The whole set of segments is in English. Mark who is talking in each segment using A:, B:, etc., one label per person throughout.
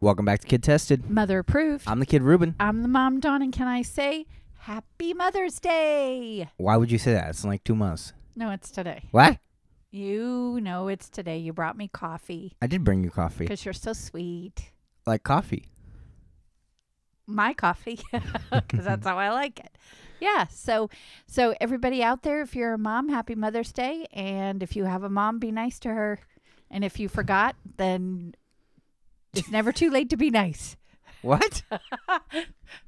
A: Welcome back to Kid Tested.
B: Mother approved.
A: I'm the kid Ruben.
B: I'm the mom, Dawn, and can I say Happy Mother's Day?
A: Why would you say that? It's in like two months.
B: No, it's today.
A: What?
B: You know it's today. You brought me coffee
A: I did bring you coffee.
B: because you're so sweet.
A: Like coffee.
B: My coffee, because that's how I like it. Yeah. So, so everybody out there, if you're a mom, Happy Mother's Day, and if you have a mom, be nice to her. And if you forgot, then it's never too late to be nice.
A: What?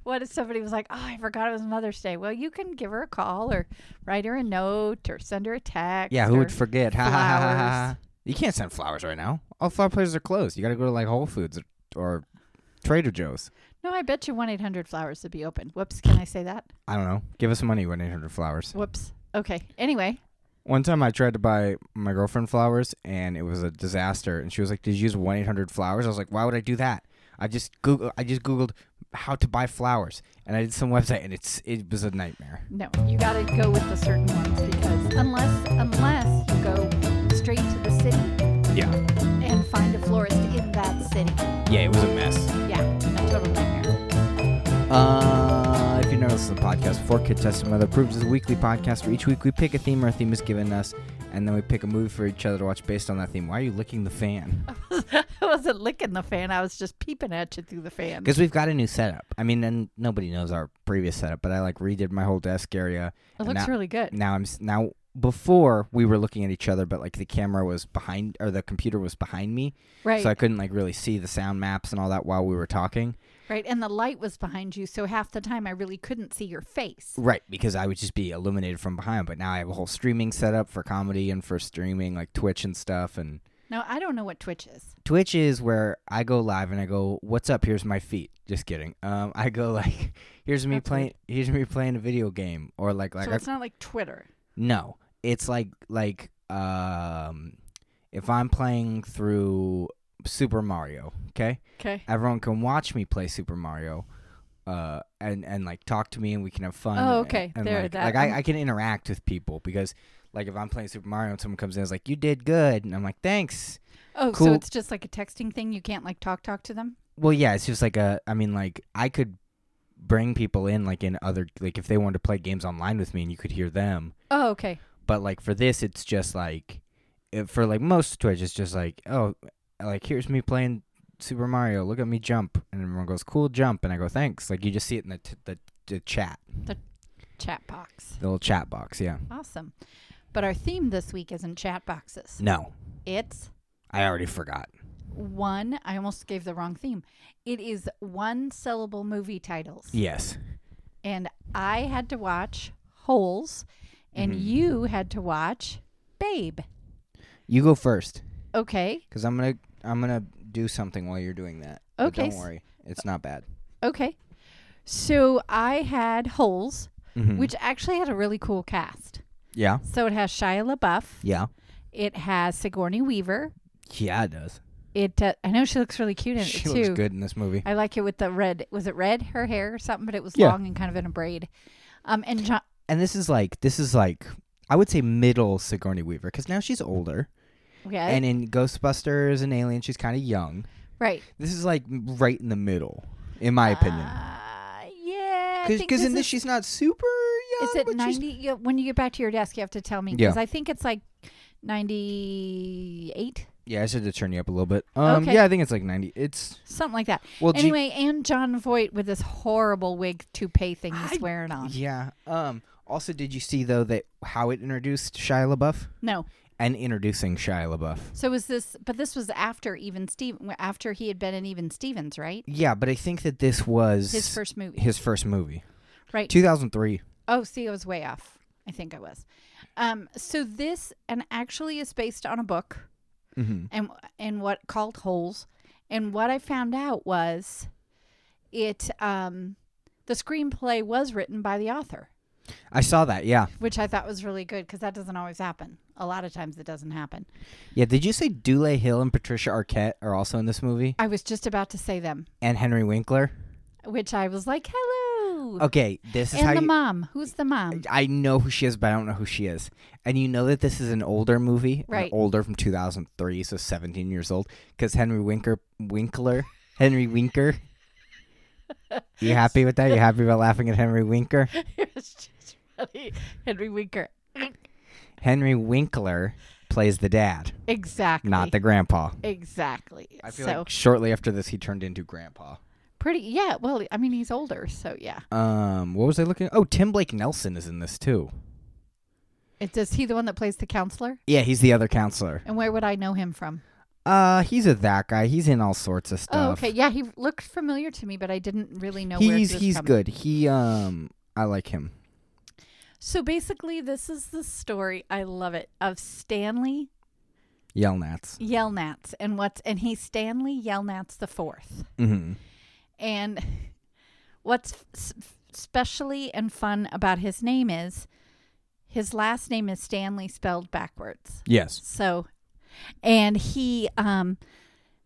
B: What if somebody was like, "Oh, I forgot it was Mother's Day"? Well, you can give her a call or write her a note or send her a text.
A: yeah, who
B: or-
A: would forget? Ha ha ha ha ha.
B: flowers.
A: You can't send flowers right now. All flower places are closed. You got to go to like Whole Foods or, or Trader Joe's.
B: No, I bet you one eight hundred flowers would be open. Whoops, can I say that?
A: I don't know. Give us money, 1 800 Flowers.
B: Whoops. Okay. Anyway,
A: One time I tried to buy my girlfriend flowers and it was a disaster. And she was like, "Did you use one eight hundred flowers?" I was like, "Why would I do that?" I just Google. I just googled how to buy flowers, and I did some website, and it's it was a nightmare.
B: no, you got to go with the certain ones because unless unless you go straight to the city
A: Yeah,
B: and find a florist in that city,
A: yeah, it was a mess.
B: yeah, a total nightmare.
A: Uh, if you notice the podcast before, Kid Tested Mother Proves is a weekly podcast where each week we pick a theme or a theme is given us, and then we pick a movie for each other to watch based on that theme. Why are you licking the fan?
B: I wasn't licking the fan; I was just peeping at you through the fan.
A: Because we've got a new setup. I mean, and nobody knows our previous setup, but I like redid my whole desk area.
B: It
A: and
B: looks
A: now-
B: really good.
A: now I'm s- now before we were looking at each other, but like the camera was behind or the computer was behind me,
B: Right.
A: so I couldn't like really see the sound maps and all that while we were talking.
B: Right, and the light was behind you, so half the time I really couldn't see your face.
A: Right, because I would just be illuminated from behind. But now I have a whole streaming setup for comedy and for streaming like Twitch and stuff. And
B: Now I don't know what Twitch is.
A: Twitch is where I go live and I go, "What's up? Here's my feet." Just kidding. Um, I go like, "Here's me
B: That's
A: playing. Here's me playing a video game," or like like
B: so
A: I-
B: it's not like Twitter.
A: No, it's like like um, if I'm playing through Super Mario, okay,
B: Okay.
A: everyone can watch me play Super Mario, uh, and and like talk to me, and we can have fun.
B: Oh,
A: and-
B: okay.
A: and,
B: There,
A: like,
B: that-
A: like I, I can interact with people because like if I'm playing Super Mario and someone comes in and is like, "You did good," and I'm like, "Thanks."
B: Oh,
A: Cool.
B: so it's just like a texting thing. You can't like talk talk to them.
A: Well, yeah, it's just like a. I mean, like I could bring people in like in other like if they wanted to play games online with me and you could hear them
B: Oh, okay.
A: but like for this it's just like it, for like most twitch it's just like oh like here's me playing super mario look at me jump and everyone goes cool jump and i go thanks like you just see it in the t- the, the chat
B: Chat box.
A: the little chat box yeah
B: Awesome. But our theme this week isn't chat boxes.
A: no
B: It's
A: i already forgot
B: one. I almost gave the wrong theme. It is one syllable movie titles.
A: yes
B: And I had to watch Holes, and
A: Mm-hmm.
B: you had to watch Babe.
A: you go first
B: Okay.
A: because i'm gonna i'm gonna do something while you're doing that But
B: Okay,
A: don't
B: s-
A: worry it's not bad
B: Okay. So I had Holes,
A: Mhm.
B: which actually had a really cool cast.
A: yeah
B: So it has Shia LaBeouf.
A: yeah
B: It has Sigourney Weaver.
A: yeah it does
B: It. Uh, I know she looks really cute in it
A: she
B: too.
A: looks good in this movie
B: I like it with the red. Was it red? Her hair or something? But it was
A: Yeah.
B: long and kind of in a braid. Um, and John.
A: and this is like this is like i would say middle sigourney weaver because now she's older
B: Okay.
A: and in Ghostbusters and Alien, she's kind of young.
B: right.
A: This is like right in the middle, in my opinion.
B: Uh, yeah. I think
A: Because in this,
B: is-
A: she's not super young.
B: is it
A: but she's-
B: ninety? Yeah, when you get back to your desk, you have to tell me
A: Yeah.
B: because I think it's like ninety-eight,
A: Yeah, I should have turned you up a little bit. Um,
B: Okay.
A: yeah, I think it's like ninety. It's
B: something like that.
A: well, G-
B: anyway, and John Voight with this horrible wig toupee thing he's
A: I-
B: wearing on.
A: yeah. Um. Also, did you see though that how it introduced Shia LaBeouf
B: No.
A: and introducing Shia LaBeouf?
B: So was this? But this was after even Steve, after he had been in Even Stevens, right?
A: Yeah, but I think that this was
B: His first movie,
A: his first movie,
B: right?
A: two thousand three.
B: Oh, see, I was way off. I think I was. Um, so this and actually is based on a book
A: Mm-hmm.
B: and and what called Holes. And what I found out was it um the screenplay was written by the author,
A: I saw that. Yeah,
B: which I thought was really good because that doesn't always happen. A lot of times it doesn't happen.
A: yeah. Did you say Dule Hill and Patricia Arquette are also in this movie,
B: I was just about to say them,
A: and Henry Winkler?
B: which I was like, "Hello."
A: Okay, Oh, this is how
B: and the
A: you.
B: mom, who's the mom?
A: I know who she is, but I don't know who she is. And you know that this is an older movie, an
B: Right.
A: older from 2003, so 17 years old, because Henry Winker Winkler Henry Winker. You happy with that? You happy about laughing at Henry Winker?
B: it was just really Henry Winker.
A: Henry Winkler plays the dad,
B: Exactly.
A: not the grandpa.
B: Exactly.
A: I feel
B: so
A: like shortly after this, he turned into grandpa.
B: pretty. Yeah. Well, I mean, he's older, so yeah.
A: Um, what was I looking? Oh, Tim Blake Nelson is in this too.
B: It, is he the one that plays the counselor?
A: Yeah, he's the other counselor.
B: And where would I know him from?
A: Uh, he's a that guy. He's in all sorts of stuff.
B: Oh, okay. Yeah, he looked familiar to me, but I didn't really know where he
A: He's
B: was
A: he's
B: from.
A: good. He um, I like him.
B: So basically, this is the story. I love it of Stanley
A: Yelnats.
B: Yelnats and what's and he's Stanley Yelnats the fourth.
A: Mm-hmm.
B: And what's f- s- f- specially and fun about his name is his last name is Stanley spelled backwards.
A: Yes.
B: So, and he, um,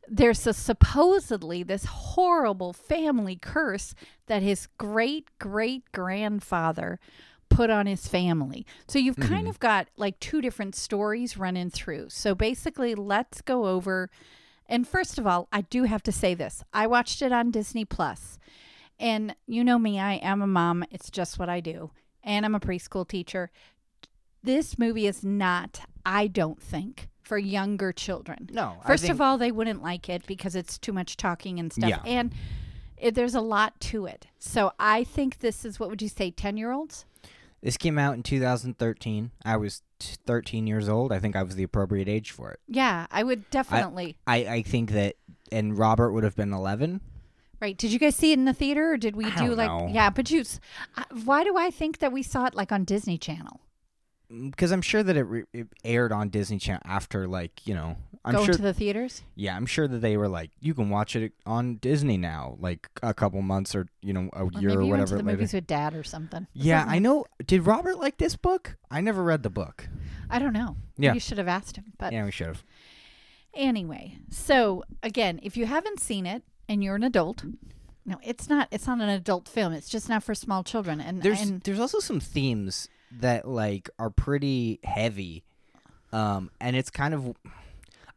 B: there's a supposedly this horrible family curse that his great great grandfather put on his family. So you've kind of got like two different stories running through. So basically, let's go over. And first of all, I do have to say this I watched it on Disney Plus, And you know me, I am a mom. It's just what I do. And I'm a preschool teacher this movie is not, I don't think, for younger children.
A: No.
B: First of all, they wouldn't like it because it's too much talking and stuff.
A: Yeah.
B: And it, there's a lot to it. So I think this is, what would you say, 10 year olds?
A: This came out in 2013. I was t- 13 years old. I think I was the appropriate age for it.
B: Yeah, I would definitely.
A: I, I think that, and Robert would have been 11.
B: right. Did you guys see it in the theater or did we
A: I
B: do
A: don't
B: like,
A: know.
B: yeah, but you, s- I- why do I think that we saw it like on Disney Channel?
A: Because Mm, I'm sure that it, re- it aired on Disney Channel after, like, you know, I'm
B: Going
A: sure.
B: to the theaters?
A: yeah, I'm sure that they were like, you can watch it on Disney now, like a couple months or, you know, a
B: Or
A: year
B: maybe
A: or
B: you went to
A: whatever
B: the
A: later.
B: movies with dad or something.
A: Yeah, I know. Did Robert like this book? I never read the book.
B: I don't know.
A: Yeah.
B: You should have asked him. But
A: Yeah, we should have.
B: Anyway, so again, if you haven't seen it and you're an adult, no, it's not. It's not an adult film. It's just not for small children. And
A: there's
B: and
A: there's also some themes that like are pretty heavy um and it's kind of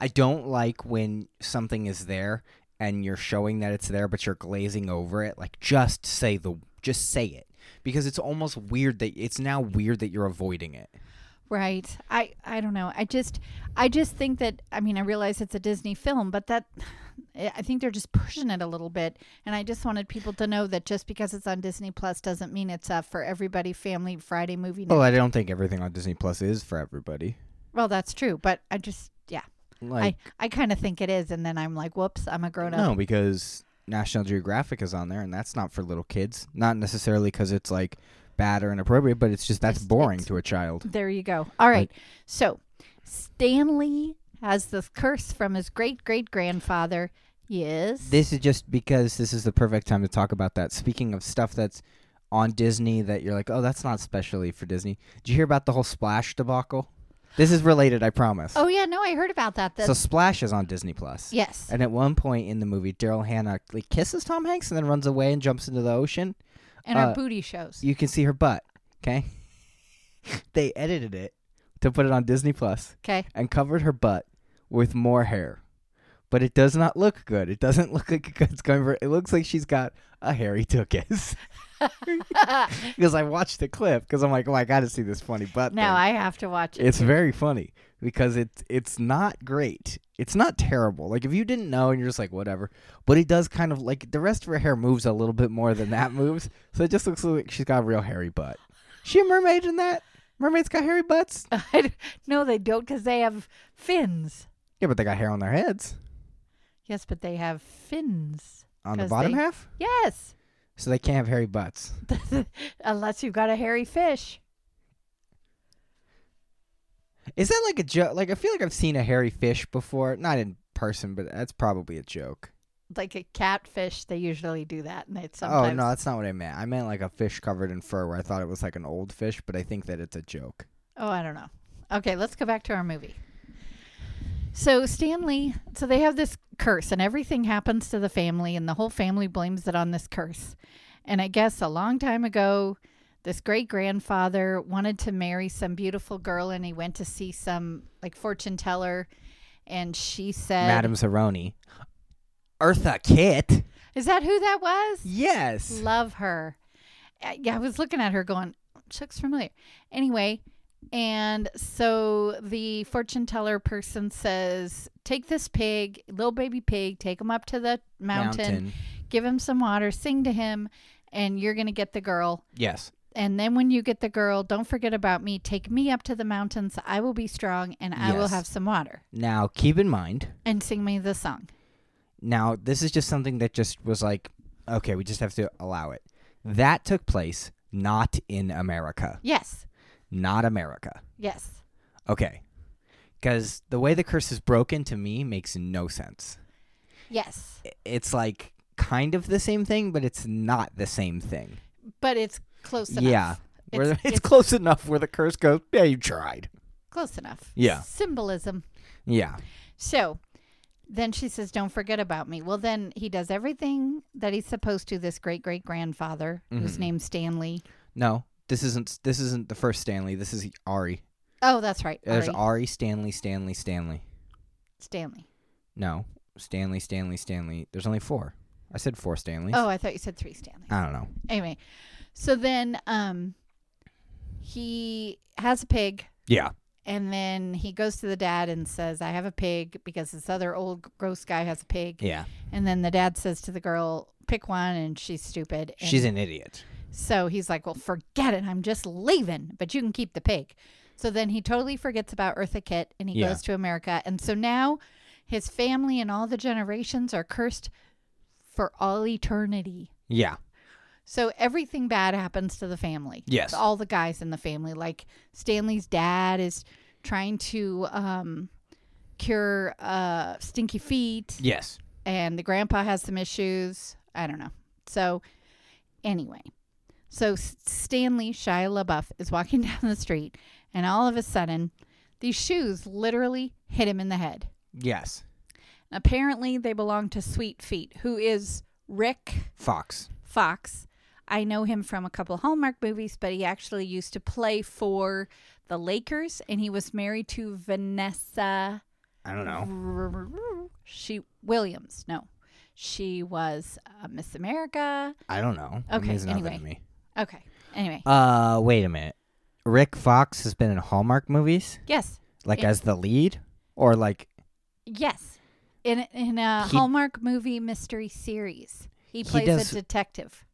A: i don't like when something is there and you're showing that it's there but you're glazing over it like just say the just say it because it's almost weird that it's now weird that you're avoiding it
B: right, I I don't know. I just I just think that I mean I realize it's a Disney film, but that I I think they're just pushing it a little bit. And I just wanted people to know that just because it's on Disney Plus doesn't mean it's a for everybody family Friday movie. Night.
A: well i don't think everything on disney plus is for everybody
B: well, that's true, but I just yeah,
A: like
B: I I kind of think it is, and then I'm like, whoops, I'm a grown up.
A: no because national geographic is on there and that's not for little kids not necessarily because it's like bad or inappropriate but it's just that's
B: It's-
A: boring
B: it's-
A: to a child
B: There you go. All right.
A: Like-
B: so Stanley has this curse from his great great grandfather. Yes.
A: This is just because this is the perfect time to talk about that. Speaking of stuff that's on Disney that you're like, oh, that's not specially for Disney. Did you hear about the whole Splash debacle? This is related, I promise.
B: oh yeah, no, I heard about that. That's,
A: so Splash is on Disney Plus.
B: yes.
A: And at one point in the movie, Daryl Hannah like kisses Tom Hanks and then runs away and jumps into the ocean.
B: and our
A: uh,
B: booty shows.
A: You can see her butt. Okay. they edited it to put it on Disney Plus
B: Okay.
A: and covered her butt with more hair. But it does not look good. It doesn't look like it's going for. It looks like she's got a hairy tuchus. because I watched the clip because I'm like, oh, I got to see this funny butt.
B: now
A: thing.
B: I have to watch it.
A: it's very funny because it's it's not great. It's not terrible. Like if you didn't know and you're just like whatever, but it does kind of like the rest of her hair moves a little bit more than that moves, so it just looks like she's got a real hairy butt. She a mermaid in that? Mermaids got hairy butts.
B: I d- no, they don't because they have fins.
A: Yeah, but they got hair on their heads
B: Yes, but they have fins.
A: on the
B: 'Cause
A: bottom
B: they-
A: half.
B: Yes.
A: So they can't have hairy butts.
B: Unless you've got a hairy fish.
A: Is that like a joke? Like I feel like I've seen a hairy fish before, not in person, but that's probably a joke.
B: Like a catfish, they usually do that and it's
A: Oh
B: sometimes
A: no, that's not what I meant. I meant like a fish covered in fur, where I thought it was like an old fish, but I think that it's a joke.
B: Oh, I don't know. Okay, let's go back to our movie. So Stanley, so they have this curse, and everything happens to the family, and the whole family blames it on this curse. And I guess a long time ago, this great grandfather wanted to marry some beautiful girl, and he went to see some like fortune teller, and she said,
A: Madame Zeroni. Eartha Kitt.
B: Is that who that was?
A: Yes.
B: Love her. Uh, Yeah, I was looking at her going, she looks familiar. Anyway, and so the fortune teller person says, Take this pig, little baby pig, take him up to the mountain, give him some water, sing to him, and you're going to get the girl.
A: Yes.
B: And then when you get the girl, don't forget about me. Take me up to the mountains. I will be strong and I will
A: Yes.
B: have some water.
A: Now keep in mind.
B: And sing me the song.
A: Now this is just something that just was like, okay, we just have to allow it. That took place not in America.
B: Yes.
A: Not America.
B: Yes.
A: Okay. Because the way the curse is broken to me makes no sense.
B: Yes.
A: I- It's like kind of the same thing, but it's not the same thing.
B: But it's close enough.
A: Yeah. Where the-
B: It's-
A: it's,
B: it's-
A: close enough where the curse goes, yeah, you tried.
B: Close enough.
A: Yeah.
B: Symbolism.
A: Yeah.
B: So then she says, Don't forget about me. Well, then he does everything that he's supposed to, this great great grandfather, whose
A: Mhm.
B: name's Stanley.
A: No, this isn't this isn't the first Stanley. This is Ari.
B: Oh, that's right.
A: There's
B: Ari.
A: Ari Stanley Stanley Stanley.
B: Stanley.
A: No, Stanley Stanley Stanley. There's only four. I said four Stanleys.
B: Oh, I thought you said three Stanley.
A: I don't know.
B: Anyway, so then um, he has a pig.
A: Yeah.
B: And then he goes to the dad and says, I have a pig because this other old gross guy has a pig.
A: Yeah.
B: And then the dad says to the girl, pick one, and she's stupid. And
A: She's an idiot.
B: So he's like, Well, forget it. I'm just leaving, but you can keep the pig. So then he totally forgets about Eartha Kitt and he
A: Yeah.
B: goes to America. And so now his family and all the generations are cursed for all eternity.
A: Yeah.
B: So everything bad happens to the family.
A: Yes.
B: All the guys in the family. Like Stanley's dad is trying to um, cure uh, stinky feet
A: Yes.
B: and the grandpa has some issues. I don't know. So, anyway, so S- Stanley Shia LaBeouf is walking down the street, and all of a sudden, these shoes literally hit him in the head.
A: Yes.
B: Apparently, they belong to Sweet Feet, who is Rick
A: Fox.
B: Fox. I know him from a couple Hallmark movies, but he actually used to play for the Lakers, and he was married to Vanessa.
A: I don't know.
B: She Williams. No, she was uh, Miss America.
A: I don't know. It
B: Okay,
A: means nothing
B: anyway.
A: to me.
B: Okay. Anyway,
A: Uh, wait a minute. Rick Fox has been in Hallmark movies,
B: yes,
A: like
B: Yeah.
A: as the lead, or like
B: yes. In in a
A: He-
B: Hallmark movie mystery series, he
A: He
B: plays
A: does-
B: a detective.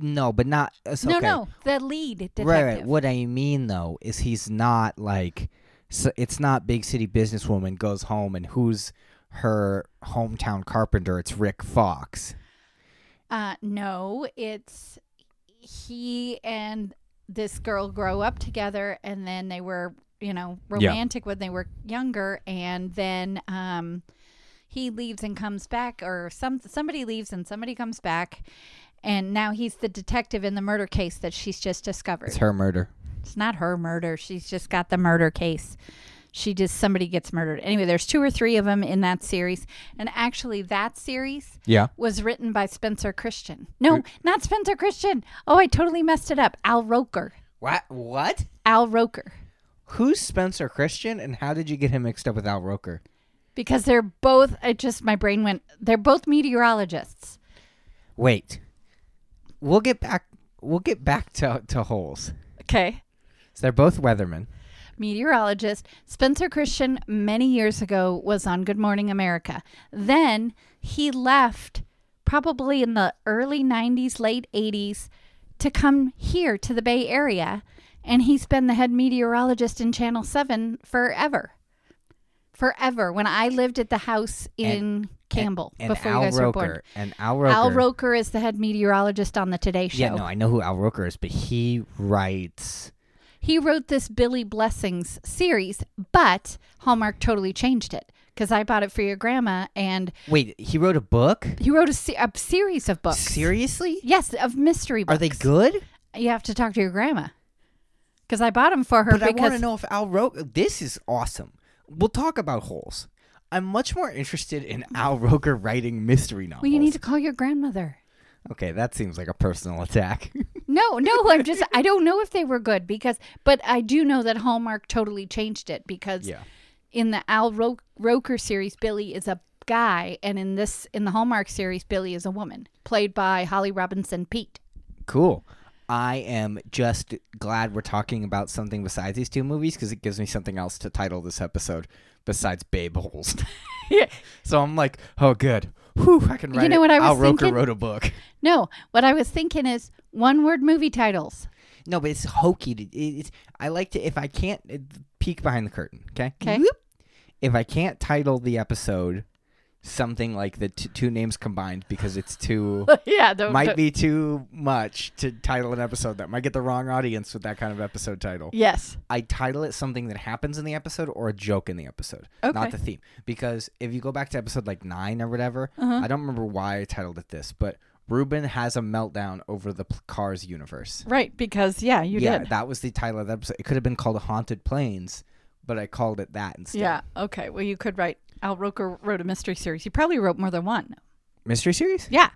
A: no, but not. It's
B: No,
A: okay.
B: no, the lead detective.
A: Right, right. What I mean though is he's not like so it's not big city businesswoman goes home and who's her hometown carpenter? It's Rick Fox.
B: Uh, no, it's he and this girl grow up together, and then they were, you know,
A: Yeah.
B: romantic when they were younger, and then um, he leaves and comes back, or some somebody leaves and somebody comes back, and now he's the detective in the murder case that she's just discovered.
A: It's her murder.
B: It's not her murder; she's just got the murder case. She just somebody gets murdered. Anyway, there's two or three of them in that series, and actually, that series
A: Yeah.
B: was written by Spencer Christian. No, not Spencer Christian. Oh, I totally messed it up. Al Roker.
A: What? What?
B: Al Roker.
A: Who's Spencer Christian and how did you get him mixed up with Al Roker?
B: Because they're both, I just, my brain went, they're both meteorologists.
A: Wait. We'll get back we'll get back to to holes.
B: Okay.
A: So they're both weathermen.
B: Meteorologist. Spencer Christian, many years ago, was on Good Morning America. Then he left, probably in the early 90s, late 80s, to come here to the Bay Area. And he's been the head meteorologist in Channel 7 forever. Forever. When I lived at the house in Campbell
A: And
B: before
A: Al
B: you guys
A: Roker.
B: were born.
A: And Al Roker.
B: Al Roker is the head meteorologist on the Today Show.
A: Yeah, no, I know who Al Roker is, but he writes
B: He wrote this Billy Blessings series, but Hallmark totally changed it because I bought it for your grandma, and
A: Wait, he wrote a book?
B: he wrote a, se- a series of books.
A: Seriously?
B: Yes, of mystery books.
A: Are they good?
B: You have to talk to your grandma because I bought them for her.
A: But I want
B: because
A: to know if Al Roker. This is awesome. We'll talk about holes. I'm much more interested in Al Roker writing mystery novels.
B: well, you need to call your grandmother.
A: Okay, that seems like a personal attack.
B: No, no, I'm just I don't know if they were good because, but I do know that Hallmark totally changed it because
A: Yeah.
B: in the Al Ro- Roker series, Billy is a guy, and in this in the Hallmark series, Billy is a woman, played by Holly Robinson Pete.
A: Cool. I am just glad we're talking about something besides these two movies because it gives me something else to title this episode besides Babe Holes.
B: Yeah.
A: So I'm like, oh, good. Whew, I can
B: You
A: write
B: know
A: it.
B: what I was
A: Al Roker
B: thinking?
A: wrote a book.
B: No, what I was thinking is one word movie titles.
A: No, but it's hokey. to- it- It's, I like to, if I can't, it, peek behind the curtain, okay?
B: 'Kay.
A: Whoop. If I can't title the episode something like the t- two names combined because it's too,
B: yeah, the,
A: might
B: the-
A: be too much to title an episode that might get the wrong audience with that kind of episode title.
B: Yes.
A: I title it something that happens in the episode or a joke in the episode,
B: Okay.
A: not the theme. Because if you go back to episode like nine or whatever,
B: Uh-huh.
A: I don't remember why I titled it this, but Ruben has a meltdown over the pl- Cars universe.
B: Right, because yeah, you
A: yeah,
B: did.
A: that was the title of the episode. It could have been called Haunted Planes, but I called it that instead.
B: Yeah. Okay. Well, you could write. Al Roker wrote a mystery series. He probably wrote more than one.
A: Mystery series?
B: Yeah.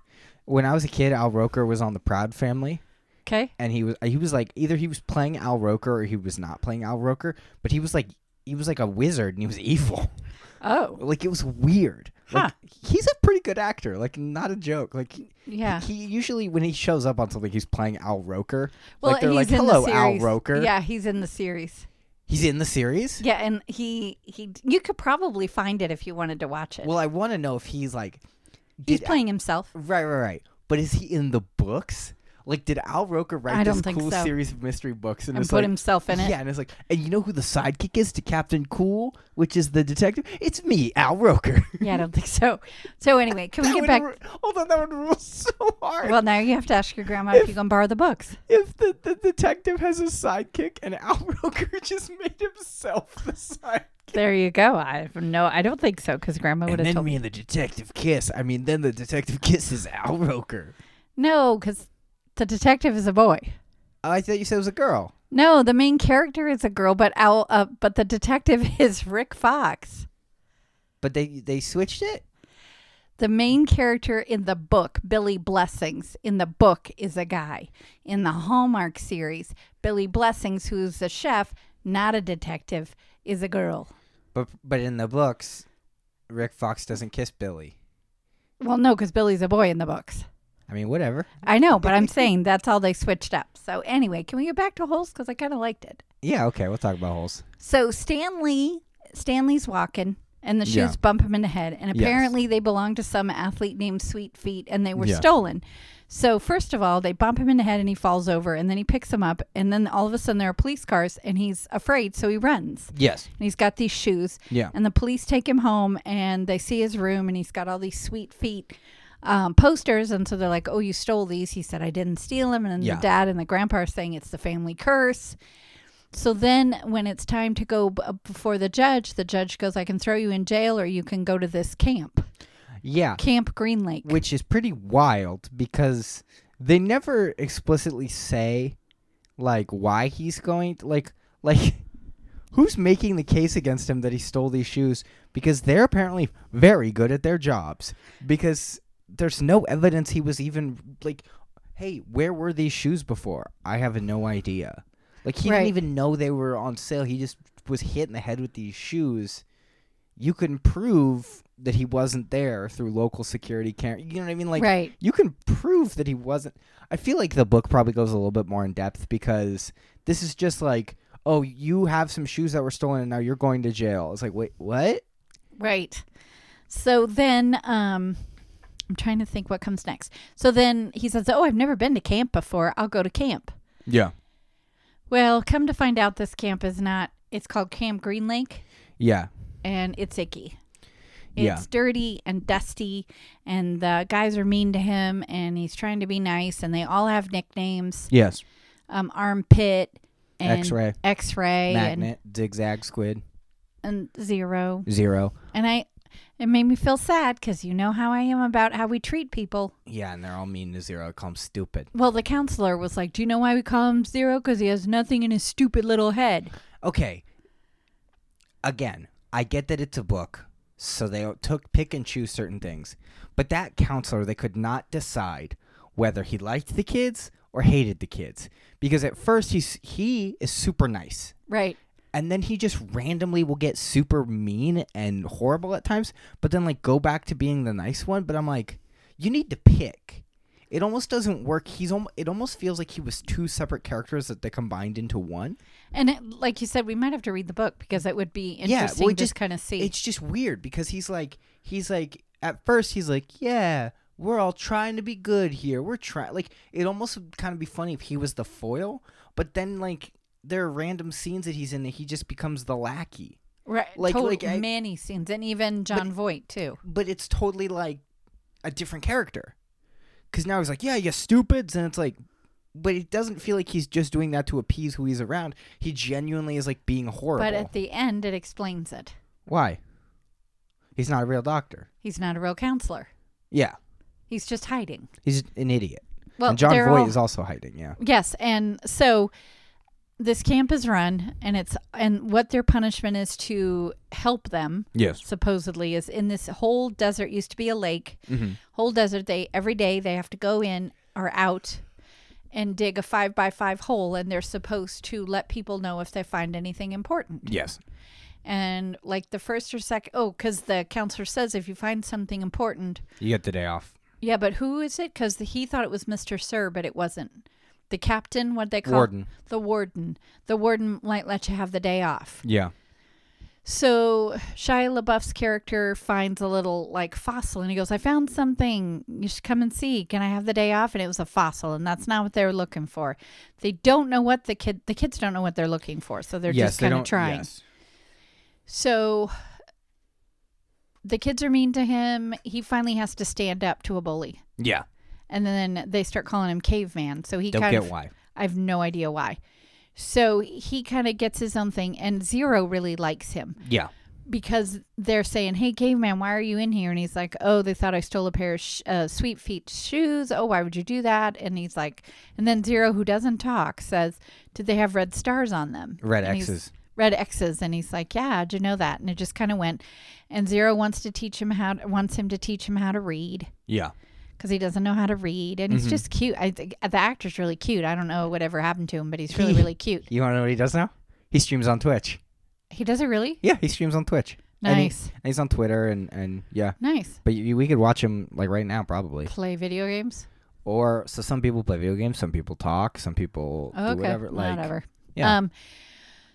A: When I was a kid, Al Roker was on the Proud Family.
B: Okay.
A: and he was uh, he was like either he was playing Al Roker or he was not playing Al Roker, but he was like he was like a wizard and he was evil.
B: Oh.
A: Like it was weird. Like
B: Huh.
A: he's a pretty good actor, like not a joke. Like he-
B: Yeah.
A: he usually when he shows up on something he's playing Al Roker.
B: Well,
A: like they're
B: he's
A: like,
B: in
A: "Hello,
B: the
A: Al
B: series.
A: Roker."
B: Yeah, he's in the series.
A: He's in the series?
B: Yeah, and he he you could probably find it if you wanted to watch it.
A: Well, I want to know if he's like
B: he's
A: did-
B: playing himself.
A: Right, right, right. But is he in the books? Like did Al Roker write
B: I don't
A: this
B: think
A: cool
B: so.
A: series of mystery books and
B: And
A: it's
B: put
A: like
B: himself in it.
A: Yeah, and it's like, and you know who the sidekick is to Captain Cool, which is the detective? It's me, Al Roker.
B: Yeah, I don't think so. So anyway, can we
A: That
B: get
A: would
B: back?
A: ru- hold on, that would rule so hard.
B: Well, now you have to ask your grandma if you can borrow the books.
A: if the, the detective has a sidekick and Al Roker just made himself the sidekick.
B: There you go. I have no, I don't think so because grandma would
A: And
B: have
A: then
B: told me.
A: me and the detective kiss. I mean, then the detective kisses Al Roker.
B: No, because the detective is a boy.
A: Oh, I thought you said it was a girl.
B: No, the main character is a girl, but Al, uh, but the detective is Rick Fox.
A: But they they switched it?
B: The main character in the book, Billy Blessings, in the book is a guy. In the Hallmark series, Billy Blessings, who's a chef, not a detective, is a girl.
A: But but in the books, Rick Fox doesn't kiss Billy.
B: Well, no, because Billy's a boy in the books.
A: I mean, whatever.
B: I know, but I'm saying that's all they switched up. So anyway, can we get back to Holes? Because I kind of liked it.
A: Yeah, okay, we'll talk about holes.
B: So Stanley, Stanley's walking, and the shoes
A: Yeah.
B: bump him in the head, and
A: Yes.
B: apparently they belong to some athlete named Sweet Feet, and they were
A: Yeah.
B: stolen. So first of all, they bump him in the head, and he falls over, and then he picks him up, and then all of a sudden there are police cars, and he's afraid, so he runs,
A: Yes.
B: and he's got these shoes,
A: Yeah.
B: and the police take him home, and they see his room, and he's got all these Sweet Feet. Um, posters and so they're like, "Oh, you stole these." He said, "I didn't steal them." And then
A: Yeah.
B: the dad and the grandpa are saying it's the family curse. So then, when it's time to go b- uh, before the judge, the judge goes, I can throw you in jail or you can go to this camp,
A: Yeah.
B: Camp Green Lake.
A: which is pretty wild because they never explicitly say like why he's going like like who's making the case against him that he stole these shoes because they're apparently very good at their jobs because there's no evidence he was even like hey where were these shoes before i have no idea like he
B: Right.
A: didn't even know they were on sale he just was hit in the head with these shoes you can prove that he wasn't there through local security camera. You know what I mean? Like
B: right.
A: you can prove that he wasn't. I feel like the book probably goes a little bit more in depth because this is just like, oh, you have some shoes that were stolen and now you're going to jail. It's like, wait, what?
B: Right. So then, um, I'm trying to think what comes next. So then he says, Oh, I've never been to camp before. I'll go to camp.
A: Yeah.
B: Well, come to find out, this camp is not, it's called Camp Green Lake
A: Yeah.
B: and it's icky. It's
A: Yeah.
B: dirty and dusty, and the guys are mean to him, and he's trying to be nice, and they all have nicknames.
A: Yes.
B: um, armpit and
A: X-ray.
B: X-ray and,
A: Magnet, zigzag, squid,
B: and zero.
A: zero.
B: And I, it made me feel sad because you know how I am about how we treat people.
A: Yeah, and they're all mean to zero. I call him stupid.
B: Well, the counselor was like, "Do you know why we call him zero? Because he has nothing in his stupid little head."
A: Okay. Again, I get that it's a book, so they took pick and choose certain things. But that counselor, they could not decide whether he liked the kids or hated the kids because at first he's he is super nice
B: Right.
A: and then he just randomly will get super mean and horrible at times, but then like go back to being the nice one. But I'm like, you need to pick. It almost doesn't work. He's almost. It almost feels like he was two separate characters that they combined into one.
B: And it, like you said, we might have to read the book because it would be interesting
A: Yeah, well,
B: to
A: it
B: just
A: just-
B: kind of see.
A: It's just weird because he's like he's like at first he's like, "Yeah, we're all trying to be good here. We're trying." Like it almost would kind of be funny if he was the foil, but then like there are random scenes that he's in that he just becomes the lackey.
B: right,
A: like-
B: total-
A: like I-
B: many scenes, and even John Voight too.
A: But it's totally like a different character. Cuz now he's like, "Yeah, you stupids." And it's like but it doesn't feel like he's just doing that to appease who he's around. He genuinely is like being horrible.
B: But at the end, it explains it.
A: Why? He's not a real doctor.
B: He's not a real counselor.
A: Yeah.
B: He's just hiding.
A: He's an idiot.
B: Well,
A: and John
B: they're
A: Voight
B: all-
A: is also hiding, yeah.
B: Yes, and so this camp is run, and it's and what their punishment is to help them
A: Yes.
B: supposedly is in this whole desert used to be a lake whole desert they every day they have to go in or out and dig a five by five hole and they're supposed to let people know if they find anything important
A: Yes.
B: and like the first or second oh because the counselor says if you find something important
A: You get the day off.
B: yeah but who is it because he thought it was mr sir but it wasn't the captain what they call
A: Warden.
B: the warden the warden might let you have the day off
A: Yeah.
B: so Shia LaBeouf's character finds a little like fossil and he goes, I found something. You should come and see. Can I have the day off? And it was a fossil, and that's not what they were looking for. They don't know what the kid the kids don't know what they're looking for, so they're
A: yes,
B: just
A: they
B: kind of
A: don't-
B: trying.
A: yes.
B: So the kids are mean to him. He finally has to stand up to a bully.
A: Yeah.
B: And then they start calling him caveman. So he
A: Don't
B: kind
A: get
B: of
A: why.
B: I have no idea why. So he kind of gets his own thing and Zero really likes him
A: Yeah.
B: because they're saying, "Hey, caveman, why are you in here?" And he's like, "Oh, they thought I stole a pair of sh- uh, Sweet Feet shoes. Oh, why would you do that?" And he's like, and then Zero, who doesn't talk, says, "Did they have red stars on them?"
A: Red
B: And he's-
A: X's.
B: Red X's, and he's like, "Yeah, did you know that?" And it just kind of went. And Zero wants to teach him how wants him to teach him how to read
A: Yeah.
B: because he doesn't know how to read, and
A: Mm-hmm.
B: he's just cute. I think the actor's really cute. I don't know whatever happened to him, but he's really really cute.
A: You want to know what he does now? He streams on Twitch.
B: He does it really
A: Yeah, he streams on Twitch. And he-
B: nice,
A: and he's on Twitter and, and yeah.
B: nice.
A: But you, we could watch him like right now probably.
B: Play video games.
A: Or so some people play video games, some people talk, some people
B: Oh, Okay,
A: do whatever. Like
B: whatever.
A: Yeah.
B: Um,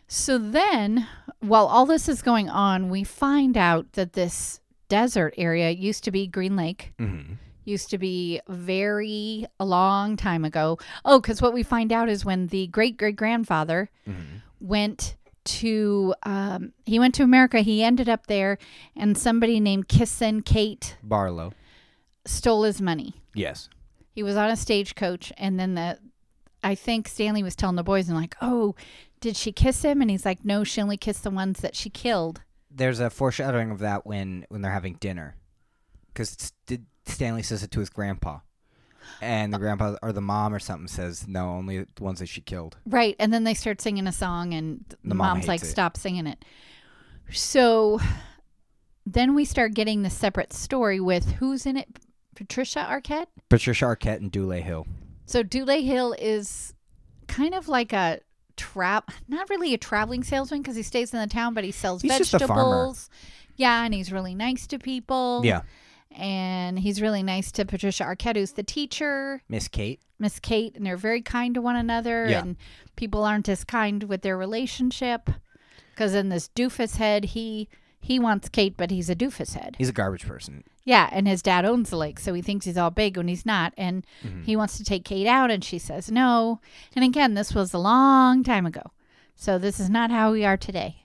B: so then, while all this is going on, we find out that this desert area used to be Green Lake.
A: Mhm.
B: Used to be very a long time ago. Oh, because what we find out is when the great great grandfather
A: Mm-hmm.
B: went to um, he went to America. He ended up there, and somebody named Kissin Kate
A: Barlow.
B: stole his money
A: Yes.
B: he was on a stagecoach and then the i think stanley was telling the boys and like oh did she kiss him and he's like no she only kissed the ones that she killed
A: There's a foreshadowing of that when when they're having dinner. Cuz Stanley says it to his grandpa.
B: Uh,
A: And the grandpa or the mom or something says, "No, only the ones that she killed."
B: right and then they start singing a song and the,
A: The mom
B: mom's
A: hates
B: like
A: it.
B: stop singing it so then we start getting the separate story with who's in it patricia arquette
A: Patricia Arquette and Dule Hill.
B: so Dule hill is kind of like a trap not really a traveling salesman because he stays in the town but he sells
A: He's just
B: vegetables
A: a farmer.
B: yeah and he's really nice to people
A: Yeah.
B: and he's really nice to Patricia Arquette, who's the teacher,
A: Miss Kate.
B: Miss Kate, and they're very kind to one another.
A: Yeah.
B: And people aren't as kind with their relationship because in this doofus head, he he wants Kate, but he's a doofus head.
A: He's a garbage person.
B: Yeah, and his dad owns the lake, so he thinks he's all big when he's not. And
A: Mm-hmm.
B: he wants to take Kate out, and she says no. And again, this was a long time ago, so this is not how we are today.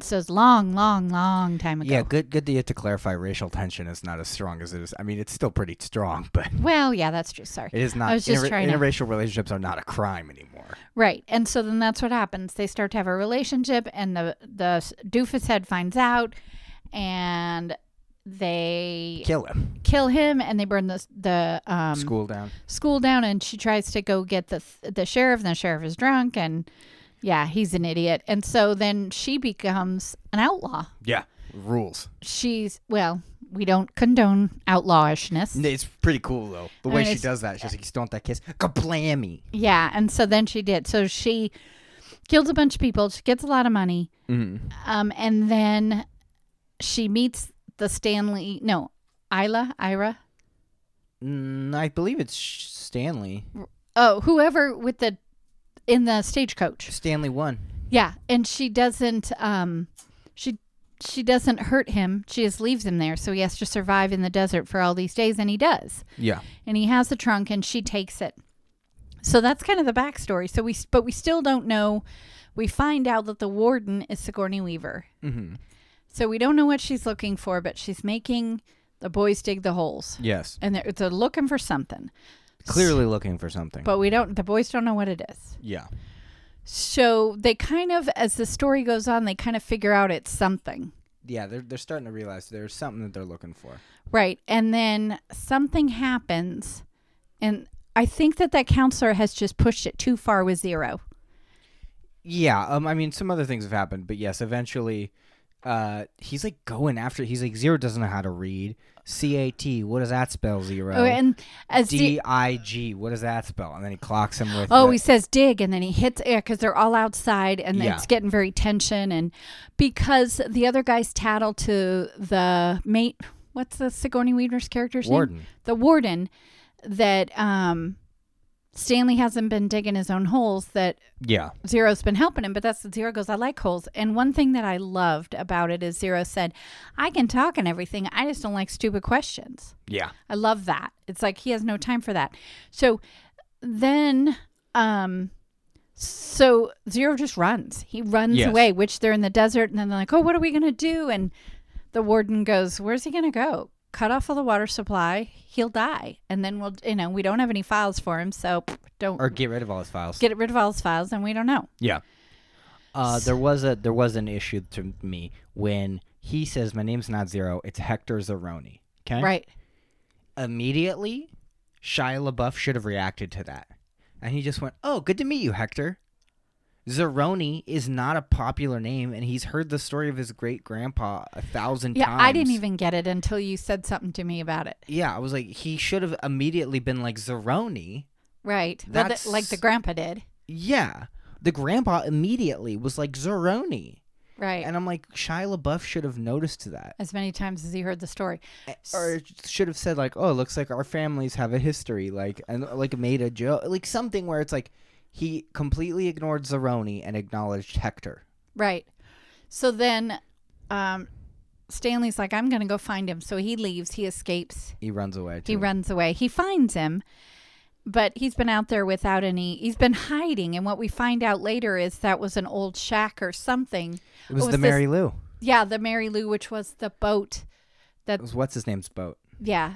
B: So it's long, long, long time ago.
A: Yeah, good good to get to clarify racial tension is not as strong as it is. I mean, it's still pretty strong, but
B: Well, yeah, that's true. Sorry.
A: it is not
B: I was just
A: interra-
B: trying to
A: interracial relationships are not a crime anymore.
B: Right. And so then that's what happens. They start to have a relationship and the the doofus head finds out and they
A: Kill him.
B: kill him and they burn the the um, school.
A: School down.
B: down and she tries to go get the the sheriff and the sheriff is drunk and yeah, he's an idiot. And so then she becomes an outlaw.
A: Yeah. Rules.
B: She's well, we don't condone outlawishness.
A: N- It's pretty cool though. The
B: I
A: way
B: mean,
A: she
B: it's-
A: does that, she's like, "You don't want that kiss." Kablammy.
B: Yeah, and so then she did. So she kills a bunch of people. She gets a lot of money.
A: hmm
B: Um, and then she meets the Stanley. No, Isla, Ira.
A: Mm, I believe it's Sh- Stanley.
B: Oh, whoever with the in the stagecoach.
A: Stanley won.
B: Yeah, and she doesn't. Um, she she doesn't hurt him. She just leaves him there, so he has to survive in the desert for all these days, and he does.
A: Yeah.
B: And he has the trunk, and she takes it. So that's kind of the backstory. So we, s- but we still don't know. We find out that the warden is Sigourney Weaver.
A: hmm
B: So we don't know what she's looking for, but she's making the boys dig the holes,
A: Yes.
B: and they're, they're looking for something.
A: Clearly looking for something.
B: But we don't. The boys don't know what it is.
A: yeah.
B: So they kind of, as the story goes on, they kind of figure out it's something,
A: Yeah, they're they're starting to realize there's something that they're looking for.
B: right? And then something happens, and I think that that counselor has just pushed it too far with zero.
A: Yeah. Um. I mean, some other things have happened, but yes, eventually, uh, he's like going after. He's like zero doesn't know how to read. C A T. What does that spell? Zero.
B: Oh, and as
A: D
B: D-
A: I G. What does that spell? And then he clocks him with.
B: oh,
A: the-
B: he says dig, and then he hits yeah, because they're all outside, and
A: Yeah.
B: it's getting very tension, and because the other guys tattle to the mate. What's the Sigourney Weaver's character's name?
A: warden.
B: the warden that um, Stanley hasn't been digging his own holes, that
A: Yeah.
B: Zero's been helping him, but that's Zero goes, I like holes. And one thing that I loved about it is Zero said, I can talk and everything. I just don't like stupid questions.
A: Yeah.
B: I love that. It's like he has no time for that. So then, um, so Zero just runs. He runs
A: Yes.
B: away, which they're in the desert, and then they're like, "Oh, what are we gonna do?" And the warden goes, "Where's he gonna go? Cut off all the water supply. He'll die, and then we'll, you know, we don't have any files for him, so pff, don't
A: Or get rid of all his files.
B: get rid of all his files, and we don't know."
A: Yeah. Uh, there was a there was an issue to me when he says my name's not Zero, it's Hector Zeroni. Okay.
B: Right?
A: Immediately, Shia LaBeouf should have reacted to that, and he just went, "Oh, good to meet you, Hector." Zeroni is not a popular name, and he's heard the story of his great grandpa a thousand
B: Yeah,
A: times.
B: I didn't even get it until you said something to me about it.
A: Yeah, I was like, he should have immediately been like Zeroni.
B: Right? Well, the-
A: That's-
B: like the grandpa did.
A: Yeah, the grandpa immediately was like Zeroni,
B: Right?
A: and I'm like, Shia LaBeouf should have noticed that.
B: as many times as he heard the story.
A: or should have said like, "Oh, it looks like our families have a history," like and uh, like made a joke, like something where it's like he completely ignored Zeroni and acknowledged Hector.
B: Right. So then um, Stanley's like, I'm going to go find him. So he leaves. He escapes.
A: He runs away. Too.
B: He runs away. He finds him, but he's been out there without any. He's been hiding. And what we find out later is that was an old shack or something.
A: It was
B: Oh,
A: the
B: is this-
A: Mary Lou.
B: Yeah, the Mary Lou, which was the boat.
A: It was what's his name's boat.
B: Yeah,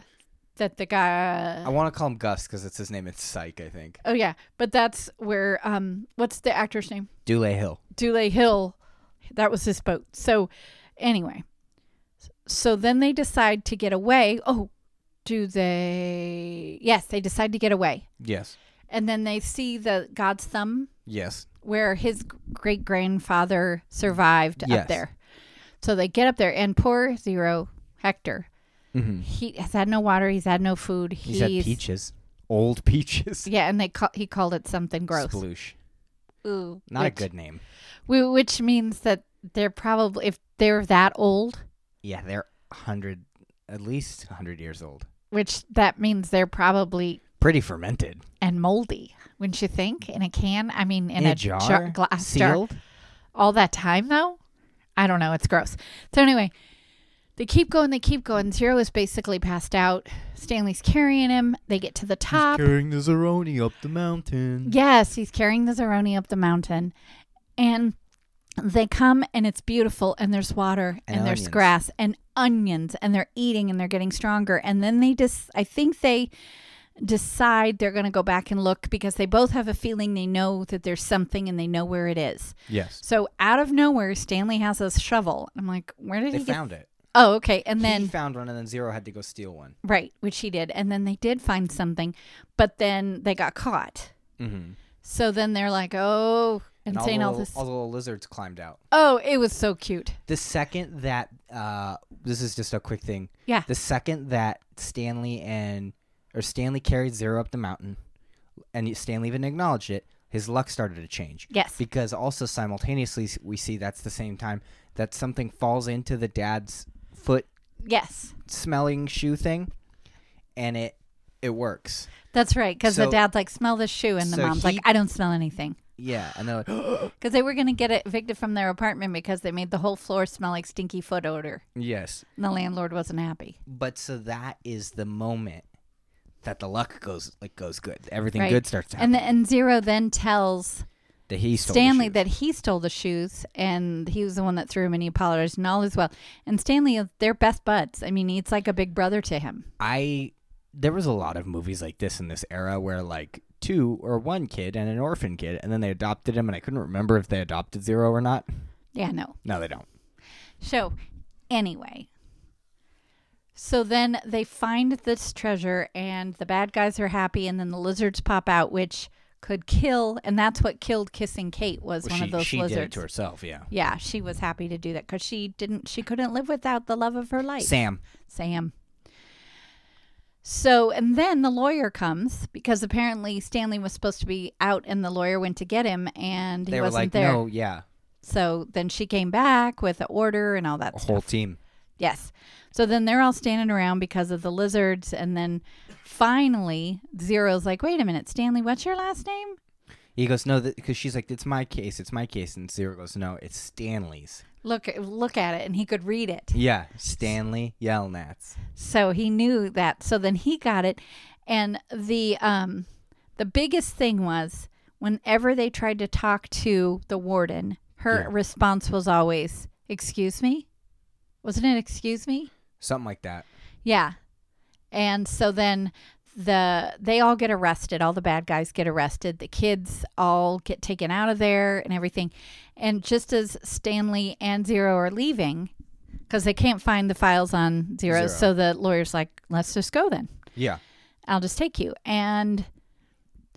B: that the
A: I
B: guy.
A: want to call him Gus because it's his name. It's Psych, I think.
B: Oh yeah, but that's where. Um, what's the actor's name?
A: Dule Hill.
B: Dule Hill, that was his boat. So, anyway, so then they decide to get away. Oh, do they? Yes, they decide to get away.
A: Yes.
B: And then they see the God's Thumb
A: Yes.
B: where his great grandfather survived
A: Yes.
B: up there. So they get up there, and poor Zero Hector,
A: hmm
B: he has had no water, he's had no food.
A: He's had peaches, old peaches.
B: Yeah, and they call, he called it something gross.
A: Sploosh.
B: Ooh,
A: Not a
B: which-
A: good name.
B: whi- Which means that they're probably if they're that old,
A: Yeah, they're hundred, at least hundred years old.
B: which that means they're probably
A: Pretty fermented.
B: and moldy, wouldn't you think? In a can, I mean, in,
A: In a
B: jar,
A: jar?
B: glass jar,
A: Sealed.
B: all that time though. I don't know. It's gross. So anyway, they keep going. They keep going. Zero is basically passed out. Stanley's carrying him. They get to the top.
A: Carrying the Zeroni up the mountain.
B: yes, he's carrying the Zeroni up the mountain, and they come and it's beautiful and there's water and,
A: And
B: there's
A: onions.
B: grass and onions and they're eating and they're getting stronger and then they just i think they decide they're going to go back and look because they both have a feeling they know that there's something and they know where it is
A: Yes.
B: so out of nowhere stanley has a shovel i'm like where did
A: They
B: he get
A: found it.
B: oh okay and then
A: he found one, and then Zero had to go steal one.
B: right which he did and then they did find something but then they got caught
A: Mm-hmm.
B: so then they're like oh and, saying all,
A: the,
B: this
A: all the little lizards climbed out.
B: oh it was so cute
A: The second that, uh, this is just a quick thing.
B: Yeah.
A: The second that Stanley and or Stanley carried Zero up the mountain, and Stanley even acknowledged it. his luck started to change.
B: Yes.
A: Because also simultaneously s- we see that's the same time that something falls into the dad's foot
B: Yes.
A: smelling shoe thing, and it it works.
B: That's right. Because the
A: So-
B: dad's like, smell this shoe. And the
A: so
B: mom's
A: he-
B: like, I don't smell anything.
A: Yeah, and they're like,
B: Because they were going to get evicted from their apartment because they made the whole floor smell like stinky foot odor.
A: yes.
B: And the landlord wasn't happy.
A: But so that is the moment that the luck goes like goes good. Everything
B: Right.
A: good starts to happen.
B: And, the, and Zero then tells
A: that he stole the
B: Stanley
A: shoe.
B: that he stole the shoes and he was the one that threw him and he apologized and all is well. And Stanley, they're best buds. I mean, he's like a big brother to him.
A: I there was a lot of movies like this in this era where like two or one kid and an orphan kid and then they adopted him and I couldn't remember if they adopted Zero or not.
B: Yeah, no.
A: No, they don't.
B: So, anyway. So then they find this treasure and the bad guys are happy and then the lizards pop out, which could kill. And that's what killed Kissing Kate was
A: Well,
B: one
A: she
B: of those
A: she did it
B: lizards.
A: to herself, yeah.
B: Yeah, she was happy to do that because she didn't, she couldn't live without the love of her life.
A: Sam.
B: Sam. So, and then the lawyer comes because apparently Stanley was supposed to be out and the lawyer went to get him and he
A: They were
B: wasn't
A: like,
B: there.
A: No, yeah.
B: So then she came back with an order and all that
A: A
B: stuff.
A: whole team.
B: Yes. So then they're all standing around because of the lizards. And then finally, Zero's like, wait a minute, Stanley, what's your last name?
A: He goes, No, because she's like, It's my case, it's my case and Zero goes, No, it's Stanley's.
B: Look, look at it. And he could read it.
A: Yeah. Stanley Yelnats.
B: So he knew that. So then he got it, and the um, the biggest thing was whenever they tried to talk to the warden, her
A: Yeah.
B: response was always "Excuse me," wasn't it? "Excuse me,"
A: Something like that.
B: yeah. And so then the they all get arrested. All the bad guys get arrested. The kids all get taken out of there and everything. And just as Stanley and Zero are leaving. Because they can't find the files on
A: Zero.
B: Zero. So the lawyer's like, let's just go then.
A: Yeah.
B: I'll just take you. And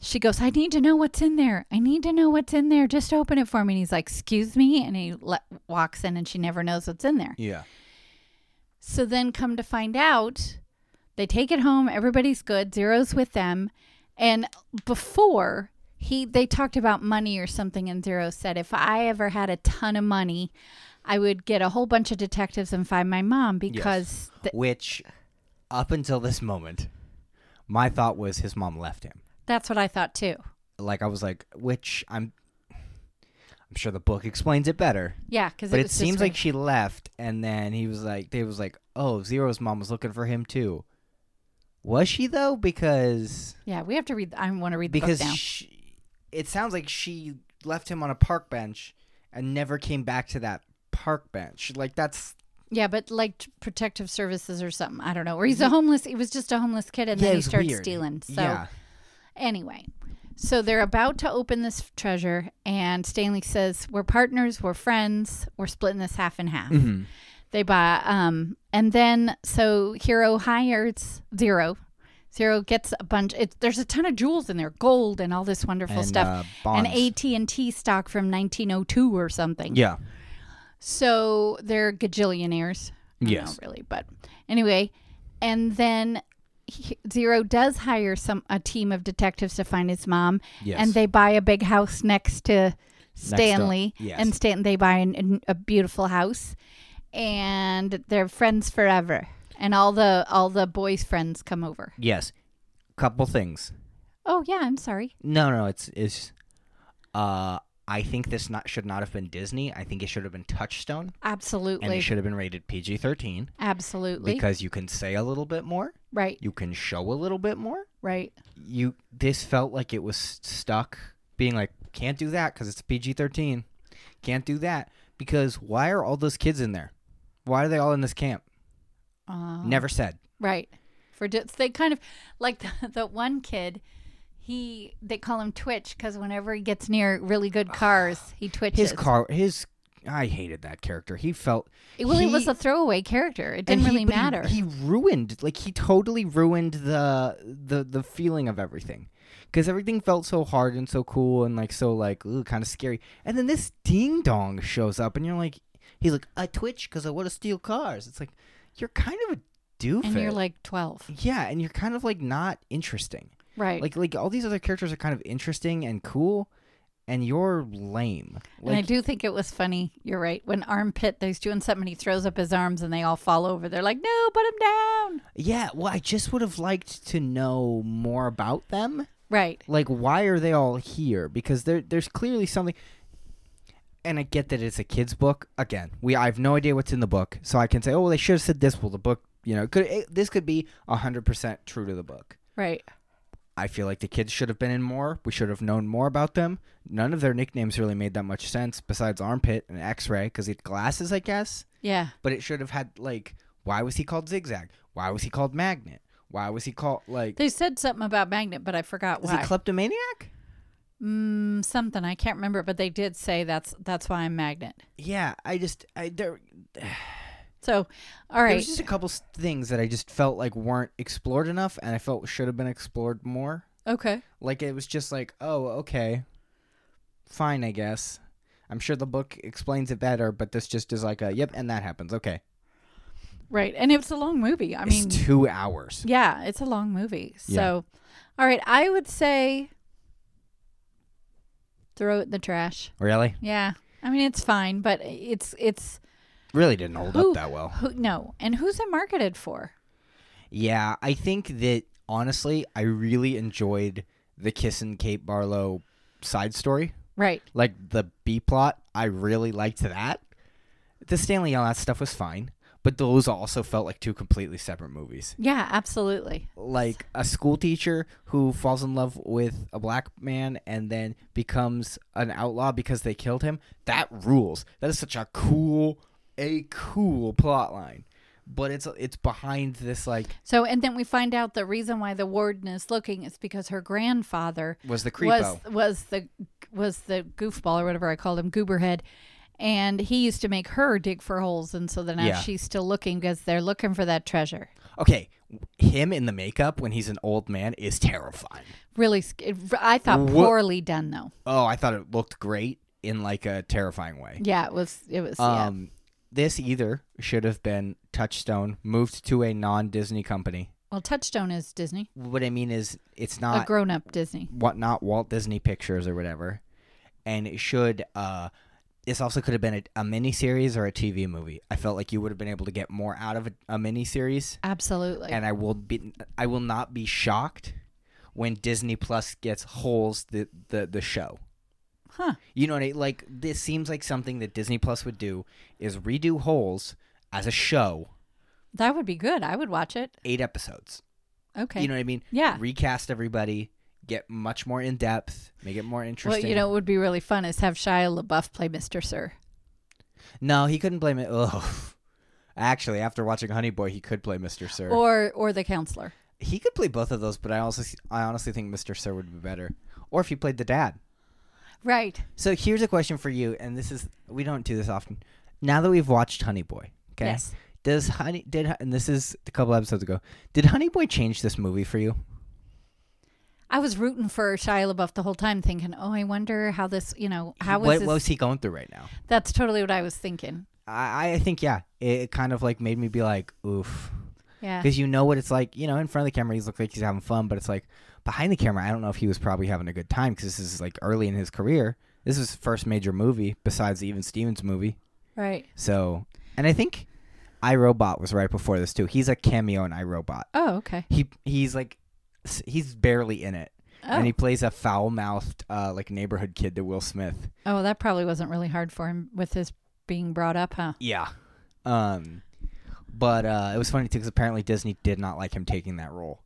B: she goes, I need to know what's in there. I need to know what's in there. Just open it for me. And he's like, Excuse me. And he le- walks in and she never knows what's in there.
A: Yeah.
B: So then come to find out, they take it home. Everybody's good. Zero's with them. And before he they talked about money or something and Zero said, If I ever had a ton of money, I would get a whole bunch of detectives and find my mom because th-
A: Which up until this moment, my thought was his mom left him.
B: that's what I thought too.
A: like I was like, which I'm, I'm sure the book explains it better,
B: Yeah, because
A: but
B: it,
A: it,
B: was just
A: seems
B: her-
A: like she left, and then he was like, they was like, oh, Zero's mom was looking for him too. Was she though? Because
B: Yeah, we have to read. I want to read the
A: because
B: book now.
A: she, it sounds like she left him on a park bench and never came back to that park bench. Like that's
B: yeah, but like t- protective services or something. I don't know. Or he's a homeless. He was just a homeless kid, and
A: yeah,
B: then
A: it
B: he
A: was
B: starts
A: weird.
B: stealing. So
A: yeah,
B: anyway, so they're about to open this f- treasure, and Stanley says, "We're partners. We're friends. We're splitting this half and half."
A: Mhm.
B: They buy, um, and then so Hero hires Zero. Zero gets a bunch. It, there's a ton of jewels in there, gold and all this wonderful
A: and
B: stuff,
A: uh, bonds.
B: and AT and T stock from 1902 or something.
A: yeah,
B: So they're gajillionaires. I don't
A: Yes.
B: know, really, but anyway, and then he, Zero does hire some a team of detectives to find his mom,
A: yes,
B: and they buy a big house next to Stanley,
A: yes.
B: and Stan they buy an, an- a beautiful house, and they're friends forever. And all the all the boys' friends come over.
A: yes, couple things.
B: Oh yeah, I'm sorry.
A: No, no, it's it's. Uh, I think this not should not have been Disney. I think it should have been Touchstone, and
B: Absolutely,
A: it should have been rated PG thirteen
B: absolutely.
A: because you can say a little bit more,
B: right,
A: you can show a little bit more.
B: right.
A: You this felt like it was stuck being like can't do that because it's PG thirteen, can't do that because why are all those kids in there? Why are they all in this camp?
B: Uh,
A: Never said.
B: Right. For di- they kind of like the, the one kid. He they call him Twitch because whenever he gets near really good cars, he twitches.
A: His car, his. I hated that character. He felt
B: well, he, was
A: he-
B: a throwaway character. It
A: And
B: didn't
A: he-
B: really
A: but he-
B: matter.
A: He, ruined, like he totally ruined the the the feeling of everything, because everything felt so hard and so cool and like so like ooh, kind of scary. And then this ding dong shows up, and you're like, he's like, I twitch because I want to steal cars. It's like, you're kind of a doofus.
B: and you're like twelve,
A: yeah, and you're kind of like not interesting.
B: right?
A: Like like all these other characters are kind of interesting and cool, and you're lame.
B: and I
A: Like,
B: do think it was funny. You're right. When Armpit, he's doing something, he throws up his arms and they all fall over. They're like, no, put him down.
A: yeah, well, I just would have liked to know more about them.
B: Right.
A: Like, why are they all here? Because there, there's clearly something. And I get that it's a kid's book. Again, we I have no idea what's in the book, so I can say, oh, well, they should have said this. Well, the book, you know, it could it, this could be hundred percent true to the book.
B: Right.
A: I feel like the kids should have been in more. We should have known more about them. None of their nicknames really made that much sense besides Armpit and X Ray because he had glasses, I guess.
B: Yeah.
A: But it should have had, like, why was he called Zigzag? Why was he called Magnet? Why was he called, like,
B: They said something about Magnet, but I forgot
A: is
B: why.
A: he kleptomaniac?
B: mm, something I can't remember, but they did say that's that's why I'm Magnet.
A: Yeah, I just, I, there,
B: So, all right.
A: there's just a couple s- things that I just felt like weren't explored enough and I felt should have been explored more.
B: okay.
A: Like, it was just like, oh, okay, fine, I guess. I'm sure the book explains it better, but this just is like a, yep, and that happens. Okay.
B: Right. And it's a long movie. I mean,
A: it's two hours.
B: yeah, it's a long movie. So,
A: Yeah.
B: all right, I would say throw it in the trash.
A: Really?
B: Yeah. I mean, it's fine, but it's it's
A: Really didn't hold
B: Who-
A: up that well.
B: who no. And who's it marketed for?
A: Yeah, I think that honestly, I really enjoyed the Kiss and Kate Barlow side story,
B: Right.
A: like the B plot. I really liked that. The Stanley all that stuff was fine, but those also felt like two completely separate movies.
B: Yeah, absolutely.
A: Like a school teacher who falls in love with a black man and then becomes an outlaw because they killed him. That rules. That is such a cool, a cool plot line. But it's it's behind this like
B: So, and then we find out the reason why the warden is looking is because her grandfather
A: was the creepo.
B: was was the was the goofball or whatever I called him, gooberhead, and he used to make her dig for holes, and so then now
A: Yeah.
B: she's still looking because they're looking for that treasure.
A: Okay, him in the makeup when he's an old man is terrifying.
B: Really, sc- it- I thought
A: What-
B: poorly done though.
A: Oh, I thought it looked great in like a terrifying way.
B: Yeah, it was. It was. yeah.
A: Um, this either should have been Touchstone moved to a non-Disney company.
B: Well, Touchstone is Disney,
A: What I mean is, it's
B: a
A: not
B: grown-up Disney.
A: what not Walt Disney Pictures or whatever, and it should. Uh, this also could have been a, a miniseries or a TV movie. I felt like you would have been able to get more out of a, a miniseries
B: Absolutely.
A: and I will be I will not be shocked when Disney Plus gets holes the the the show.
B: Huh.
A: You know what I like this seems like something that Disney Plus would do is redo holes as a show,
B: that would be good. I would watch it.
A: 8 episodes.
B: Okay.
A: You know what I mean?
B: Yeah.
A: Recast everybody, get much more in depth, make it more
B: well,
A: interesting.
B: you know, what would be really fun is have Shia LaBeouf play Mr. Sir.
A: No, he couldn't blame it. Ugh. Actually, after watching Honey Boy, he could play Mr. Sir.
B: or or the counselor.
A: he could play both of those, but I also I honestly think Mr. Sir would be better. Or if he played the dad.
B: Right.
A: So here's a question for you, and this is we don't do this often. Now that we've watched Honey Boy, okay?
B: Yes.
A: Does Honey did Hon- and this is a couple episodes ago? Did Honey Boy change this movie for you?
B: I was rooting for Shia LaBeouf the whole time, thinking, "Oh, I wonder how this, you know, how
A: what
B: was
A: what
B: this?"
A: was he going through right now?
B: That's totally what I was thinking.
A: I I think yeah, it, it kind of like made me be like oof,
B: Yeah,
A: because you know what it's like. You know, in front of the camera, he's look like he's having fun, but it's like behind the camera, I don't know if he was probably having a good time because this is like early in his career. This is his first major movie besides the Even Stevens movie.
B: right.
A: So, and I think iRobot was right before this too. He's a cameo in iRobot.
B: Oh, okay.
A: He he's like s- he's barely in it,
B: Oh,
A: and he plays a foul-mouthed uh, like neighborhood kid to Will Smith.
B: oh, that probably wasn't really hard for him with his being brought up, huh?
A: Yeah. Um, but uh, it was funny too because apparently Disney did not like him taking that role.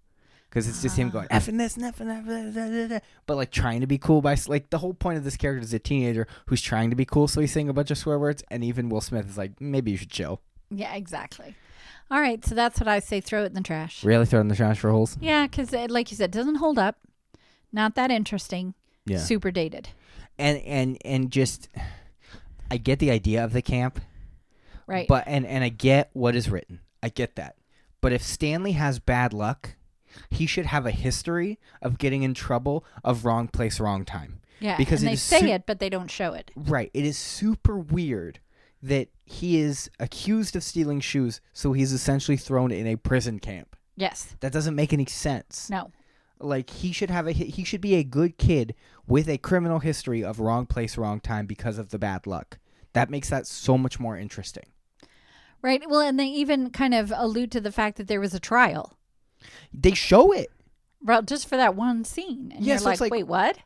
A: Because it's just him going effing this, and effing that, blah, blah, blah, blah," but like trying to be cool by s- like the whole point of this character is a teenager who's trying to be cool, so he's saying a bunch of swear words, and even Will Smith is like, maybe you should chill.
B: Yeah, exactly. All right, so that's what I say: throw it in the trash.
A: Really throwing the trash for holes.
B: Yeah, because like you said, doesn't hold up. Not that interesting.
A: Yeah.
B: Super dated.
A: and and and just I get the idea of the camp,
B: Right.
A: but and and I get what is written. I get that. But if Stanley has bad luck, he should have a history of getting in trouble of wrong place, wrong time.
B: yeah,
A: because
B: and
A: it
B: they
A: is
B: say
A: su-
B: it, but they don't show it.
A: Right. It is super weird that he is accused of stealing shoes, so he's essentially thrown in a prison camp.
B: Yes.
A: That doesn't make any sense.
B: No.
A: Like he should have a hi- he should be a good kid with a criminal history of wrong place, wrong time because of the bad luck. That makes that so much more interesting.
B: Right. Well, and they even kind of allude to the fact that there was a trial,
A: They show it.
B: right, just for that one scene. And
A: Yeah,
B: you're
A: so
B: like,
A: it's like-
B: wait, what?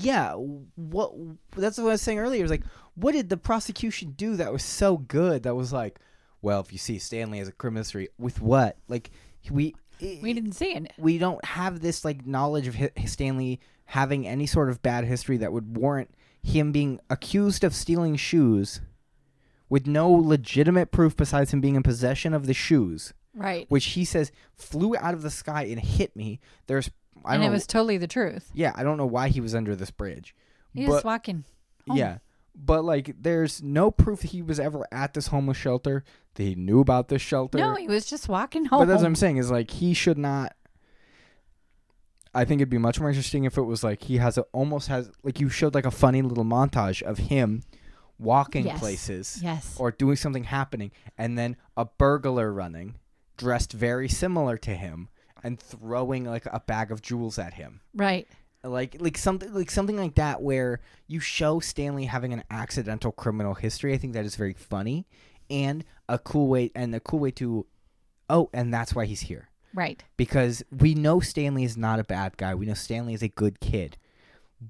A: Yeah, what that's what I was saying earlier. It was like, what did the prosecution do that was so good? That was like, well, if you see Stanley as a criminal history with what? Like we
B: We didn't see it.
A: we don't have this like knowledge of hi- Stanley having any sort of bad history that would warrant him being accused of stealing shoes with no legitimate proof besides him being in possession of the shoes
B: Right.
A: which he says flew out of the sky and hit me there's I don't
B: And it
A: know,
B: was totally the truth.
A: yeah I don't know why he was under this bridge
B: He
A: but
B: was walking. home.
A: yeah but like there's no proof that he was ever at this homeless shelter that he knew about this shelter
B: No, he was just walking home.
A: but that's what I'm saying is like he should not. I think it'd be much more interesting if it was like he has a almost has like you showed like a funny little montage of him walking
B: Yes.
A: places
B: yes.
A: or doing something happening, and then a burglar running dressed very similar to him and throwing like a bag of jewels at him
B: right.
A: like like something like something like that where you show Stanley having an accidental criminal history. I think that is very funny and a cool way and a cool way to oh, and that's why he's here.
B: Right.
A: Because we know Stanley is not a bad guy. We know Stanley is a good kid.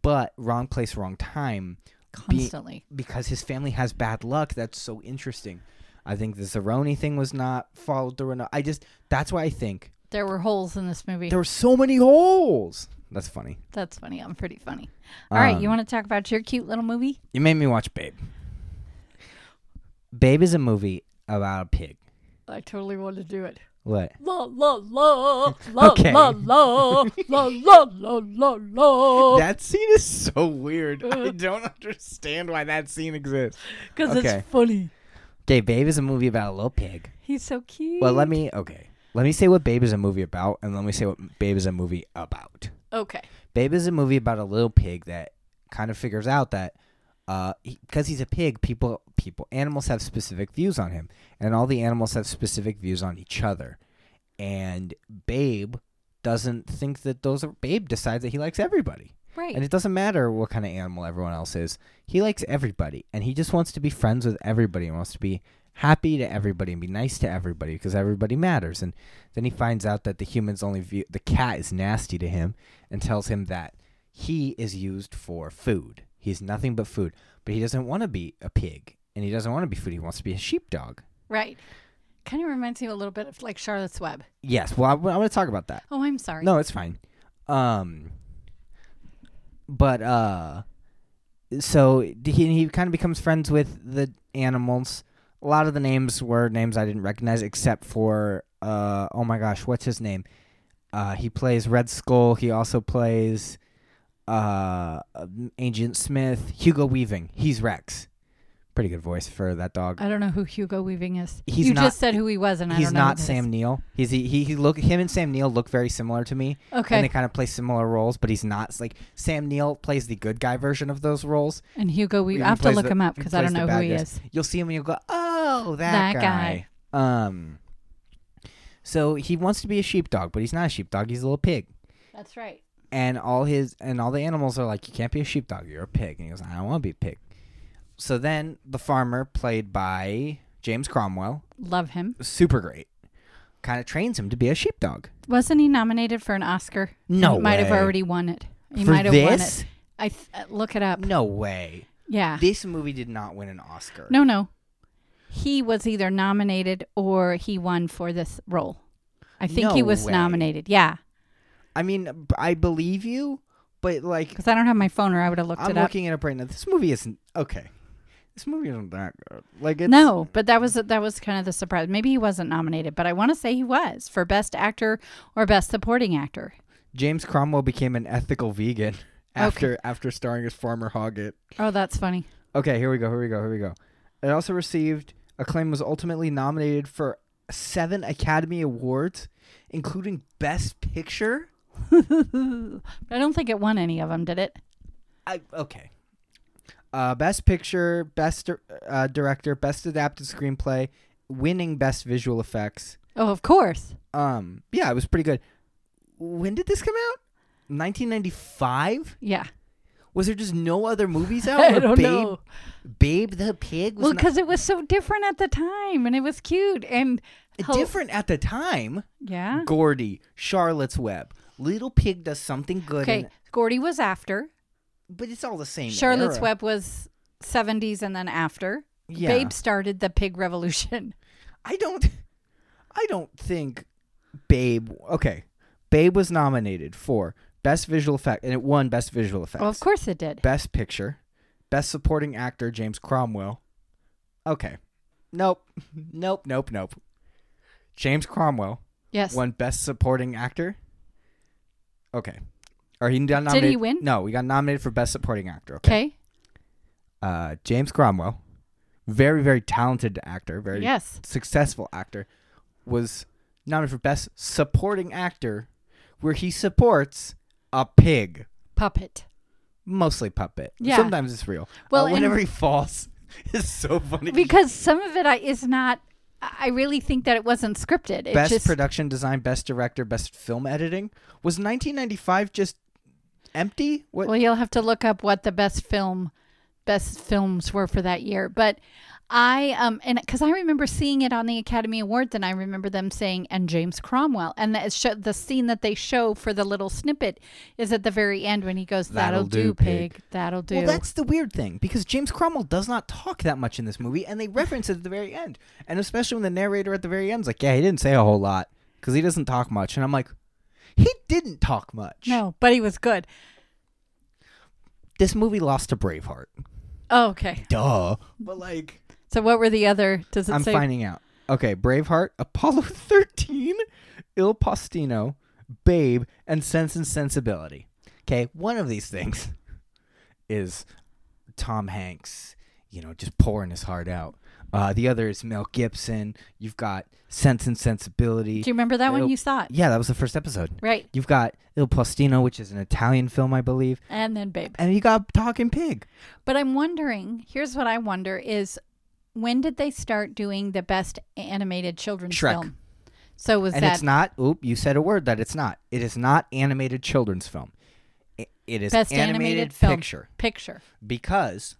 A: But wrong place, wrong time
B: Constantly.
A: because his family has bad luck. That's so interesting. I think the Zeroni thing was not followed through enough. I just that's why I think
B: there were holes in this movie.
A: there were so many holes. That's funny.
B: That's funny. I'm pretty funny. All right, You
A: Um,
B: want to talk about your cute little movie?
A: You made me watch Babe. Babe is a movie about a pig.
B: I totally want to do it.
A: What?
B: La la la la
A: Okay.
B: la la la la la la la.
A: That scene is so weird. I don't understand why that scene exists.
B: Because
A: okay.
B: it's funny.
A: Okay, Babe is a movie about a little pig.
B: He's so cute.
A: Well, let me okay. Let me say what Babe is a movie about, and let me say what Babe is a movie about.
B: Okay.
A: Babe is a movie about a little pig that kind of figures out that because he's a pig, people, people, animals have specific views on him, and all the animals have specific views on each other. And Babe doesn't think that those are. Babe decides that he likes everybody,
B: Right.
A: and it doesn't matter what kind of animal everyone else is. He likes everybody, and he just wants to be friends with everybody, and wants to be happy to everybody and be nice to everybody because everybody matters. And then he finds out that the humans only view the cat is nasty to him and tells him that he is used for food. He's nothing but food, but he doesn't want to be a pig and he doesn't want to be food. He wants to be a sheepdog.
B: right. Kind of reminds me a little bit of like Charlotte's Web.
A: Yes, well, I, am going to talk about that.
B: Oh, I'm sorry.
A: No, it's fine. Um, but uh, so he he kind of becomes friends with the animals. A lot of the names were names I didn't recognize, except for uh, oh my gosh, what's his name? Uh, he plays Red Skull. He also plays uh, um, Agent Smith. Hugo Weaving. He's Rex. Pretty good voice for that dog.
B: I don't know who Hugo Weaving is.
A: He's
B: you
A: not-
B: just said who he was, and I
A: He's
B: don't know.
A: not
B: who that
A: Sam Neill. He's he, he he look him and Sam Neill look very similar to me
B: is. Okay.
A: and they
B: And,
A: kind of play similar roles, but he's not like Sam Neill plays the good guy version of those roles.
B: Hugo
A: He
B: Weaving. I have to
A: plays
B: look
A: the-
B: him up
A: he
B: because I
A: plays
B: don't
A: the
B: know who
A: bad
B: he
A: guys.
B: is.
A: You'll see him and you'll go, "Oh, that,
B: That
A: guy. Um, so he wants to be a sheepdog, but he's not a sheepdog. He's a little pig,
B: That's right.
A: and all his and all the animals are like, "You can't be a sheepdog. You're a pig." And he goes, "I don't want to be a pig." So then the farmer, played by James Cromwell,
B: Love him.
A: super great, kind of trains him to be a sheepdog.
B: Wasn't he nominated for an Oscar?
A: No
B: he might have
A: way.
B: already won it. He
A: For
B: might have won
A: this,
B: it. Ah. I th- uh, look it up.
A: no way.
B: Yeah.
A: This movie did not win an Oscar.
B: No, no. He was either nominated or he won for this role. I think he
A: No
B: was
A: way.
B: nominated. Yeah.
A: I mean, b- I believe you, but like,
B: Because I don't have my phone or I would have looked
A: I'm
B: it up.
A: looking it up right now. This movie isn't okay. This movie isn't that good. Like, it's,
B: No, but that was that was kind of the surprise. Maybe he wasn't nominated, but I want to say he was for best actor or best supporting actor.
A: James Cromwell became an ethical vegan after after starring as Farmer Hoggett.
B: Oh, that's funny.
A: Okay, here we go. Here we go. Here we go. It also received acclaim. Was ultimately nominated for seven Academy Awards, including Best Picture.
B: I don't think it won any of them, did it?
A: I, okay. Uh, best picture, best dir- uh, director, best adapted screenplay, winning best visual effects.
B: Oh, of course.
A: Um, yeah, it was pretty good. When did this come out? 1995?
B: Yeah.
A: Was there just no other movies out?
B: I
A: where
B: don't
A: Babe,
B: know.
A: Babe the Pig was
B: Well,
A: not-
B: because it was so different at the time, and it was cute and hel-
A: different at the time.
B: Yeah.
A: Gordy, Charlotte's Web, Little Pig does something good,
B: Okay.
A: and,
B: Gordy was after.
A: but it's all the same.
B: Charlotte's
A: era.
B: Web was 70s and then after.
A: Yeah.
B: Babe started the pig revolution.
A: I don't. I don't think Babe. Okay, Babe was nominated for Best Visual Effect, and it won Best Visual Effects.
B: Well, of course it did.
A: Best Picture, Best Supporting Actor James Cromwell. Okay. Nope. Nope, nope, nope. James Cromwell
B: Yes.
A: won Best Supporting Actor. Okay. Or he got
B: he
A: nominated.
B: win?
A: No, he got nominated for Best Supporting Actor. Okay.
B: Okay.
A: Uh, James Cromwell, very, very talented actor, very
B: Yes.
A: successful actor, was nominated for Best Supporting Actor, where he supports a pig
B: Puppet.
A: mostly puppet.
B: Yeah.
A: Sometimes it's real.
B: Well,
A: Well,
B: and-
A: whenever he falls, it's so funny.
B: Because some of it I, is not, I really think that it wasn't scripted. It
A: best
B: just,
A: production design, best director, best film editing. Was 1995 just empty? What?
B: well, you'll have to look up what the best film, best films were for that year. But I, um, and because I remember seeing it on the Academy Awards and I remember them saying, and James Cromwell. And the, show, the scene that they show for the little snippet is at the very end when he goes, That'll, do, pig. That'll do.
A: Well, that's the weird thing because James Cromwell does not talk that much in this movie, and they reference it at the very end, and especially when the narrator at the very end's like, "Yeah, he didn't say a whole lot because he doesn't talk much," and I'm like, "He didn't talk much."
B: no, but he was good.
A: This movie lost to Braveheart.
B: Oh, okay.
A: Duh. But like.
B: So what were the other? Does it
A: I'm
B: say?
A: finding out. Okay, Braveheart, Apollo 13, Il Postino, Babe, and Sense and Sensibility. Okay, one of these things is Tom Hanks, you know, just pouring his heart out. Uh, the other is Mel Gibson. You've got Sense and Sensibility.
B: Do you remember that one
A: It'll-
B: you saw? it?
A: yeah, that was the first episode.
B: Right.
A: You've got Il Postino, which is an Italian film, I believe.
B: And then Babe.
A: And you got Talking Pig.
B: But I'm wondering, here's what I wonder is when did they start doing the best animated children's
A: Shrek.
B: film? So was
A: and
B: that
A: it's not. Oop, you said a word that it's not. It is not animated children's film. I- It is
B: best
A: animated,
B: film?
A: picture
B: Picture.
A: because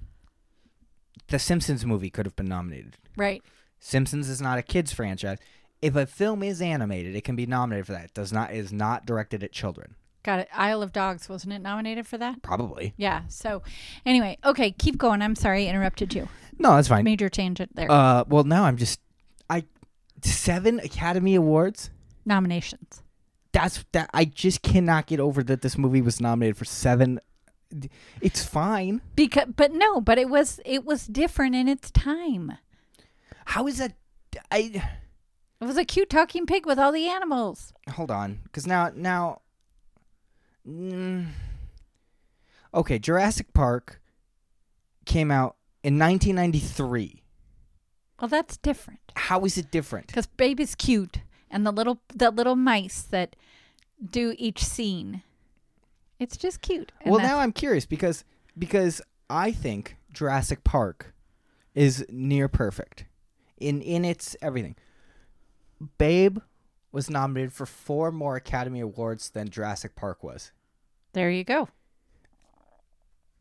A: the Simpsons movie could have been nominated.
B: Right.
A: Simpsons is not a kids franchise. If a film is animated, it can be nominated for that. It does not it is not directed at children.
B: Got it. Isle of Dogs wasn't it nominated for that?
A: Probably.
B: Yeah. So anyway, okay, keep going. I'm sorry I interrupted you.
A: No, that's fine.
B: Major tangent there.
A: Uh, well, now I'm just I seven Academy Awards.
B: Nominations.
A: That's that I just cannot get over that this movie was nominated for seven. It's fine.
B: Because but no, but it was it was different in its time.
A: How is that? I
B: It was a cute talking pig with all the animals.
A: hold on, because now now. Mm, okay, Jurassic Park came out in 1993.
B: Well, that's different.
A: How is it different?
B: because baby's cute and the little the little mice that do each scene it's just cute and
A: Well,
B: that's-
A: now I'm curious because because I think Jurassic Park is near perfect in in its everything. Babe was nominated for four more Academy Awards than Jurassic Park was.
B: there you go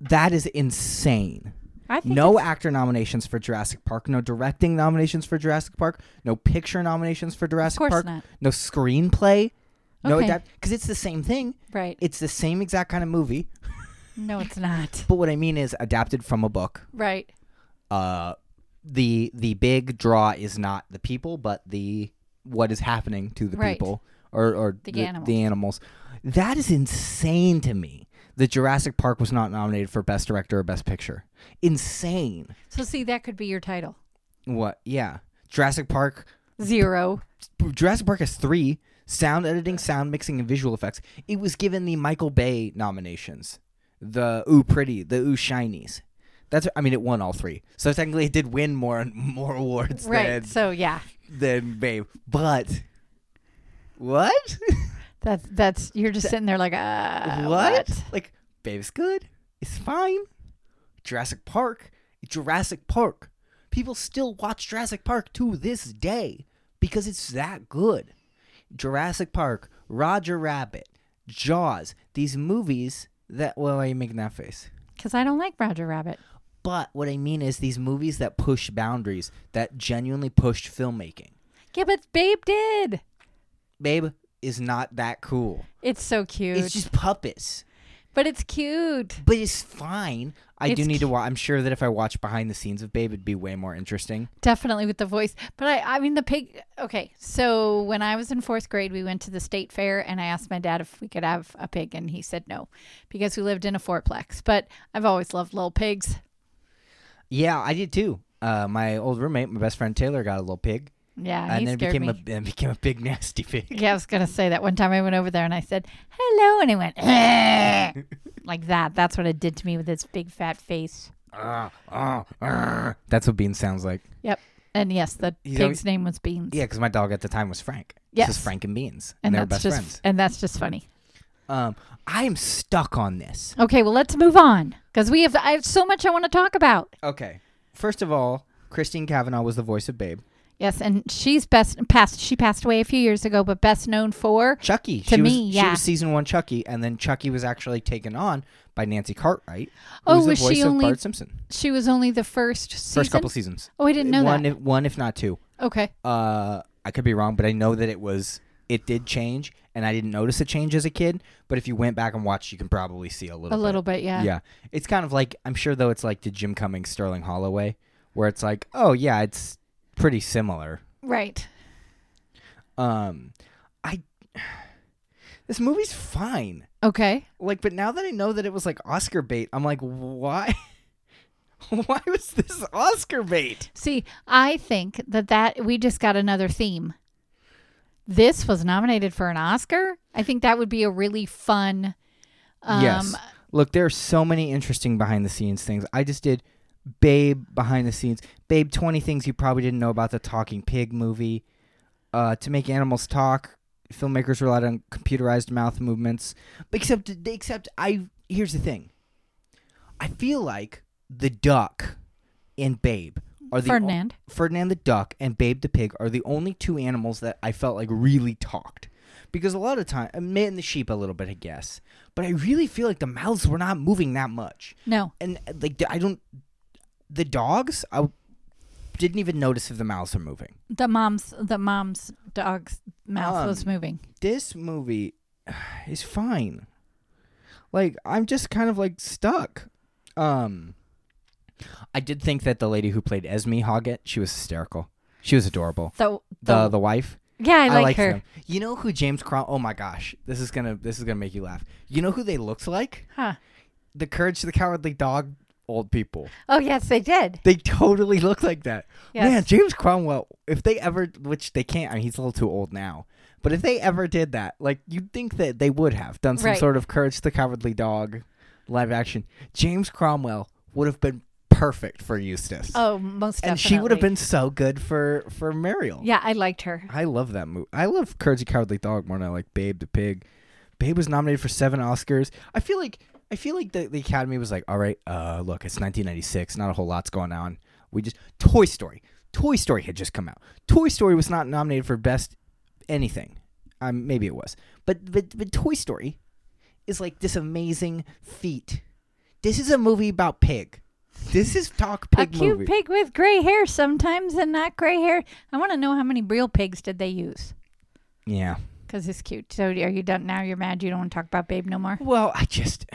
A: That is insane.
B: i think
A: no
B: it's-
A: actor nominations for Jurassic Park, no directing nominations for Jurassic Park, no picture nominations for Jurassic
B: course
A: Park,
B: not.
A: no screenplay, no
B: Okay.
A: adapt because it's the same thing.
B: right
A: It's the same exact kind of movie,
B: no it's not
A: but what I mean is adapted from a book.
B: right
A: Uh, the the big draw is not the people, but the what is happening to the
B: Right.
A: people or or
B: The animals.
A: the animals. That is insane to me. That Jurassic Park was not nominated for Best Director or Best Picture. Insane.
B: so see that could be your title
A: What? Yeah. Jurassic Park.
B: zero
A: Jurassic Park has three sound editing, sound mixing, and visual effects. It was given the Michael Bay nominations, the Ooh Pretty, the Ooh Shinies. That's. I mean, it won all three. So technically, it did win more more awards
B: right so yeah
A: than than Babe. But what?
B: that's that's you're just sitting there like uh
A: what? Like Babe's good. It's fine. Jurassic Park. Jurassic Park. People still watch Jurassic Park to this day because it's that good. Jurassic Park, Roger Rabbit, Jaws, these movies that. Well, why are you making that face?
B: Because I don't like Roger Rabbit.
A: But what I mean is these movies that push boundaries, that genuinely pushed filmmaking.
B: Yeah, but Babe did.
A: Babe is not that cool.
B: It's so cute.
A: It's just puppets,
B: but it's cute.
A: but it's fine. I do
B: It's
A: need to
B: cu-
A: watch. I'm sure that if I watch behind the scenes of Babe, it'd be way more interesting.
B: Definitely with the voice. But I, I mean, the pig. Okay. So when I was in fourth grade, we went to the state fair and I asked my dad if we could have a pig. And he said no because we lived in a fourplex. But I've always loved little pigs.
A: Yeah, I did too. Uh, my old roommate, my best friend Taylor, got a little pig,
B: Yeah. he
A: and then it
B: scared
A: became
B: me.
A: a and became a big nasty pig.
B: Yeah, I was gonna say that one time I went over there and I said hello, and it went "Eh," like that. That's what it did to me with its big fat face.
A: Ah, ah, ah. That's what Bean sounds like.
B: And yes, the
A: He's
B: pig's
A: always-
B: name was Beans.
A: Yeah, because my dog at the time was Frank. This is
B: Yes.
A: Frank and Beans, and,
B: and
A: they were
B: that's
A: best
B: just
A: friends.
B: and that's just funny.
A: Um, I am stuck on this.
B: Okay, well let's move on because we have I have so much I want to talk about.
A: Okay, first of all, Christine Cavanaugh was the voice of Babe.
B: Yes, and she's best passed. She passed away a few years ago, but best known for
A: Chucky.
B: To
A: she
B: me,
A: was, she
B: yeah.
A: was season one Chucky, and then Chucky was actually taken on by Nancy Cartwright,
B: Oh,
A: who's
B: was
A: the
B: she
A: voice of
B: only
A: Bart Simpson.
B: she was only the first season.
A: First couple seasons.
B: Oh, I didn't know
A: one,
B: that.
A: If, one, if not two.
B: Okay,
A: Uh, I could be wrong, but I know that it was it did change, and I didn't notice a change as a kid. But if you went back and watched, you can probably see a little.
B: a little
A: Bit.
B: bit, yeah.
A: Yeah, it's kind of like I'm sure though it's like the Jim Cummings Sterling Holloway, where it's like, oh yeah, it's pretty similar.
B: Right.
A: Um, I this movie's fine.
B: Okay.
A: Like, but now that I know that it was like Oscar bait, I'm like, why? why was this Oscar bait?
B: See, I think that that we just got another theme. This was nominated for an Oscar. I think that would be a really fun. Um,
A: yes. Look, there are so many interesting behind the scenes things. I just did Babe behind the scenes. Babe 20 things you probably didn't know about the talking pig movie. Uh, to make animals talk, filmmakers relied on computerized mouth movements. Except except I here's the thing. I feel like the duck and Babe are the o-
B: Ferdinand.
A: Ferdinand the duck and Babe the pig are the only two animals that I felt like really talked. Because a lot of time, and man, the sheep a little bit, I guess, but I really feel like the mouths were not moving that much,
B: No.
A: and uh, like I don't, the dogs, I didn't even notice if the mouths were moving.
B: The mom's the mom's dog's mouth
A: Um,
B: was moving.
A: This movie is fine. Like I'm just kind of like stuck. Um, I did think that the lady who played Esme Hoggett, she was hysterical. She was adorable.
B: The,
A: The
B: the,
A: the wife.
B: yeah, I like,
A: liked
B: her.
A: them. You know who James Crom? Oh my gosh, this is gonna this is gonna make you laugh. You know who they looked like?
B: Huh.
A: The Courage to the Cowardly Dog old people.
B: Oh yes, they did.
A: They totally look like that.
B: Yes.
A: Man, James Cromwell. If they ever, which they can't, I mean, he's a little too old now. But if they ever did that, like you'd think that they would have done some
B: Right.
A: sort of Courage to the Cowardly Dog live action. James Cromwell would have been perfect for Eustace,
B: Oh, most definitely.
A: and she would have been so good for for Muriel.
B: Yeah, I liked her.
A: I love that movie. I love Courage the Cowardly Dog more than I like Babe the Pig. Babe was nominated for seven Oscars. I feel like I feel like the, the Academy was like, all right, uh, look, it's 1996. Not a whole lot's going on. We just Toy Story. Toy Story had just come out. Toy Story was not nominated for best anything. Um, maybe it was, but but but Toy Story is like this amazing feat. This is a movie about pig. This is talk
B: A
A: pig
B: cute
A: movie.
B: pig with gray hair sometimes and not gray hair. I want to know how many real pigs did they use
A: Yeah.
B: because it's cute. So are you done now? You're mad you don't want to talk about Babe no more.
A: Well, I just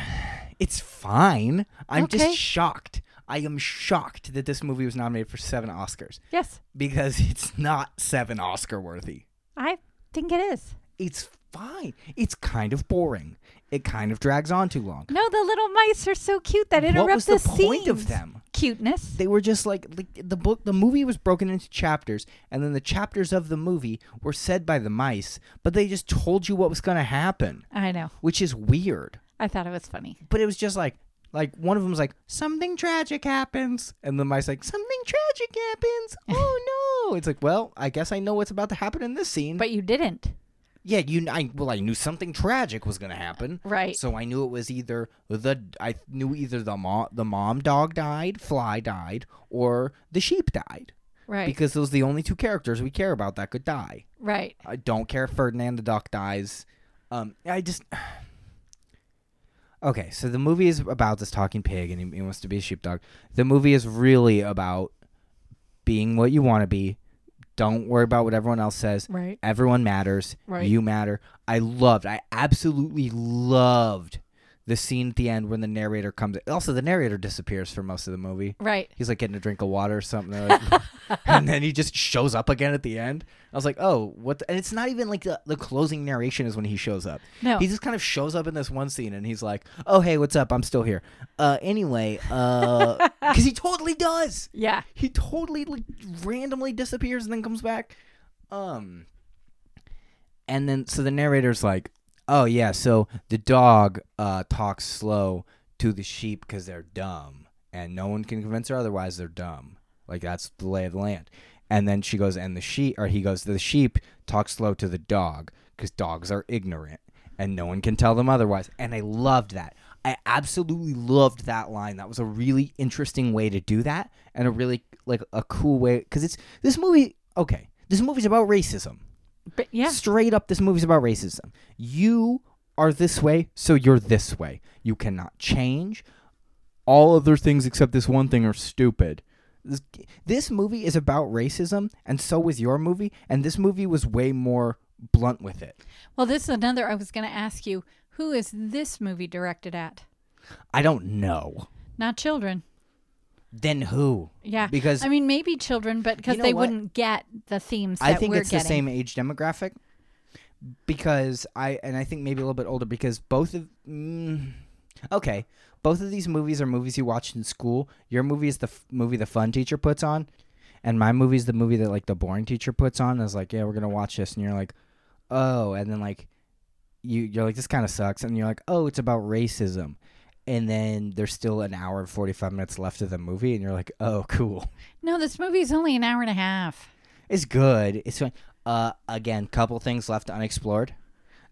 A: it's fine. I'm
B: Okay.
A: just shocked. I am shocked that this movie was nominated for 7 Oscars
B: Yes,
A: because it's not 7 Oscar worthy.
B: I think it is.
A: It's fine. It's kind of boring. It kind of drags on too long.
B: No, the little mice are so cute that interrupt
A: What was
B: the,
A: the point of
B: scenes.
A: them?
B: Cuteness.
A: They were just like, like the book the movie was broken into chapters and then the chapters of the movie were said by the mice, but they just told you what was going to happen,
B: I know.
A: which is weird.
B: I thought it was funny.
A: but it was just like like one of them was like something tragic happens and the mice like something tragic happens oh no it's like well i guess i know what's about to happen in this scene but
B: But you didn't.
A: yeah you i well i knew something tragic was gonna happen
B: Right.
A: so i knew it was either the i knew either the mom the mom dog died fly died or the sheep died
B: Right.
A: because those are the only two characters we care about that could die
B: right.
A: i don't care if ferdinand the duck dies Um, I just. Okay, so the movie is about this talking pig, and he, he wants to be a sheepdog. The movie is really about being what you want to be. Don't worry about what everyone else says.
B: Right.
A: Everyone matters.
B: Right.
A: You matter. I loved. I absolutely loved the scene at the end when the narrator comes. Also, the narrator disappears for most of the movie.
B: Right.
A: He's like getting a drink of water or something, They're like- and then he just shows up again at the end. I was like, oh, what? The-? And it's not even like the, the closing narration is when he shows up.
B: No.
A: He just kind of shows up in this one scene, and he's like, oh, hey, what's up? I'm still here. Uh, anyway, because he totally does.
B: yeah.
A: He totally like, randomly disappears and then comes back. Um, and then so the narrator's like, oh yeah, so the dog uh talks slow to the sheep because they're dumb, and no one can convince her otherwise they're dumb. Like that's the lay of the land. And then she goes, and the sheep, or he goes, the sheep talks slow to the dog because dogs are ignorant, and no one can tell them otherwise. And I loved that. I absolutely loved that line. That was a really interesting way to do that, and a really like a cool way because it's this movie. Okay, this movie's about racism
B: But yeah.
A: straight up this movie's about racism you are this way so you're this way you cannot change all other things except this one thing are stupid this, this movie is about racism and so is your movie and this movie was way more blunt with it
B: Well, this is another I was going to ask you. Who is this movie directed at?
A: i don't know
B: Not children.
A: then who
B: Yeah.
A: because
B: I mean, maybe children, but because
A: You know
B: they
A: what?
B: wouldn't get the themes that
A: I think
B: we're
A: it's
B: getting.
A: the same age demographic because I and I think maybe a little bit older because both of mm, okay, both of these movies are movies you watched in school. Your movie is the f- movie the fun teacher puts on, and my movie is the movie that like the boring teacher puts on. Is like, yeah, we're gonna watch this, and you're like, oh, and then like you you're like this kind of sucks, and you're like, oh, it's about racism. And then there's still an hour and 45 minutes left of the movie, and you're like, oh, cool.
B: No, this movie is only an hour and a half.
A: It's good. It's fine. Uh, again, couple things left unexplored.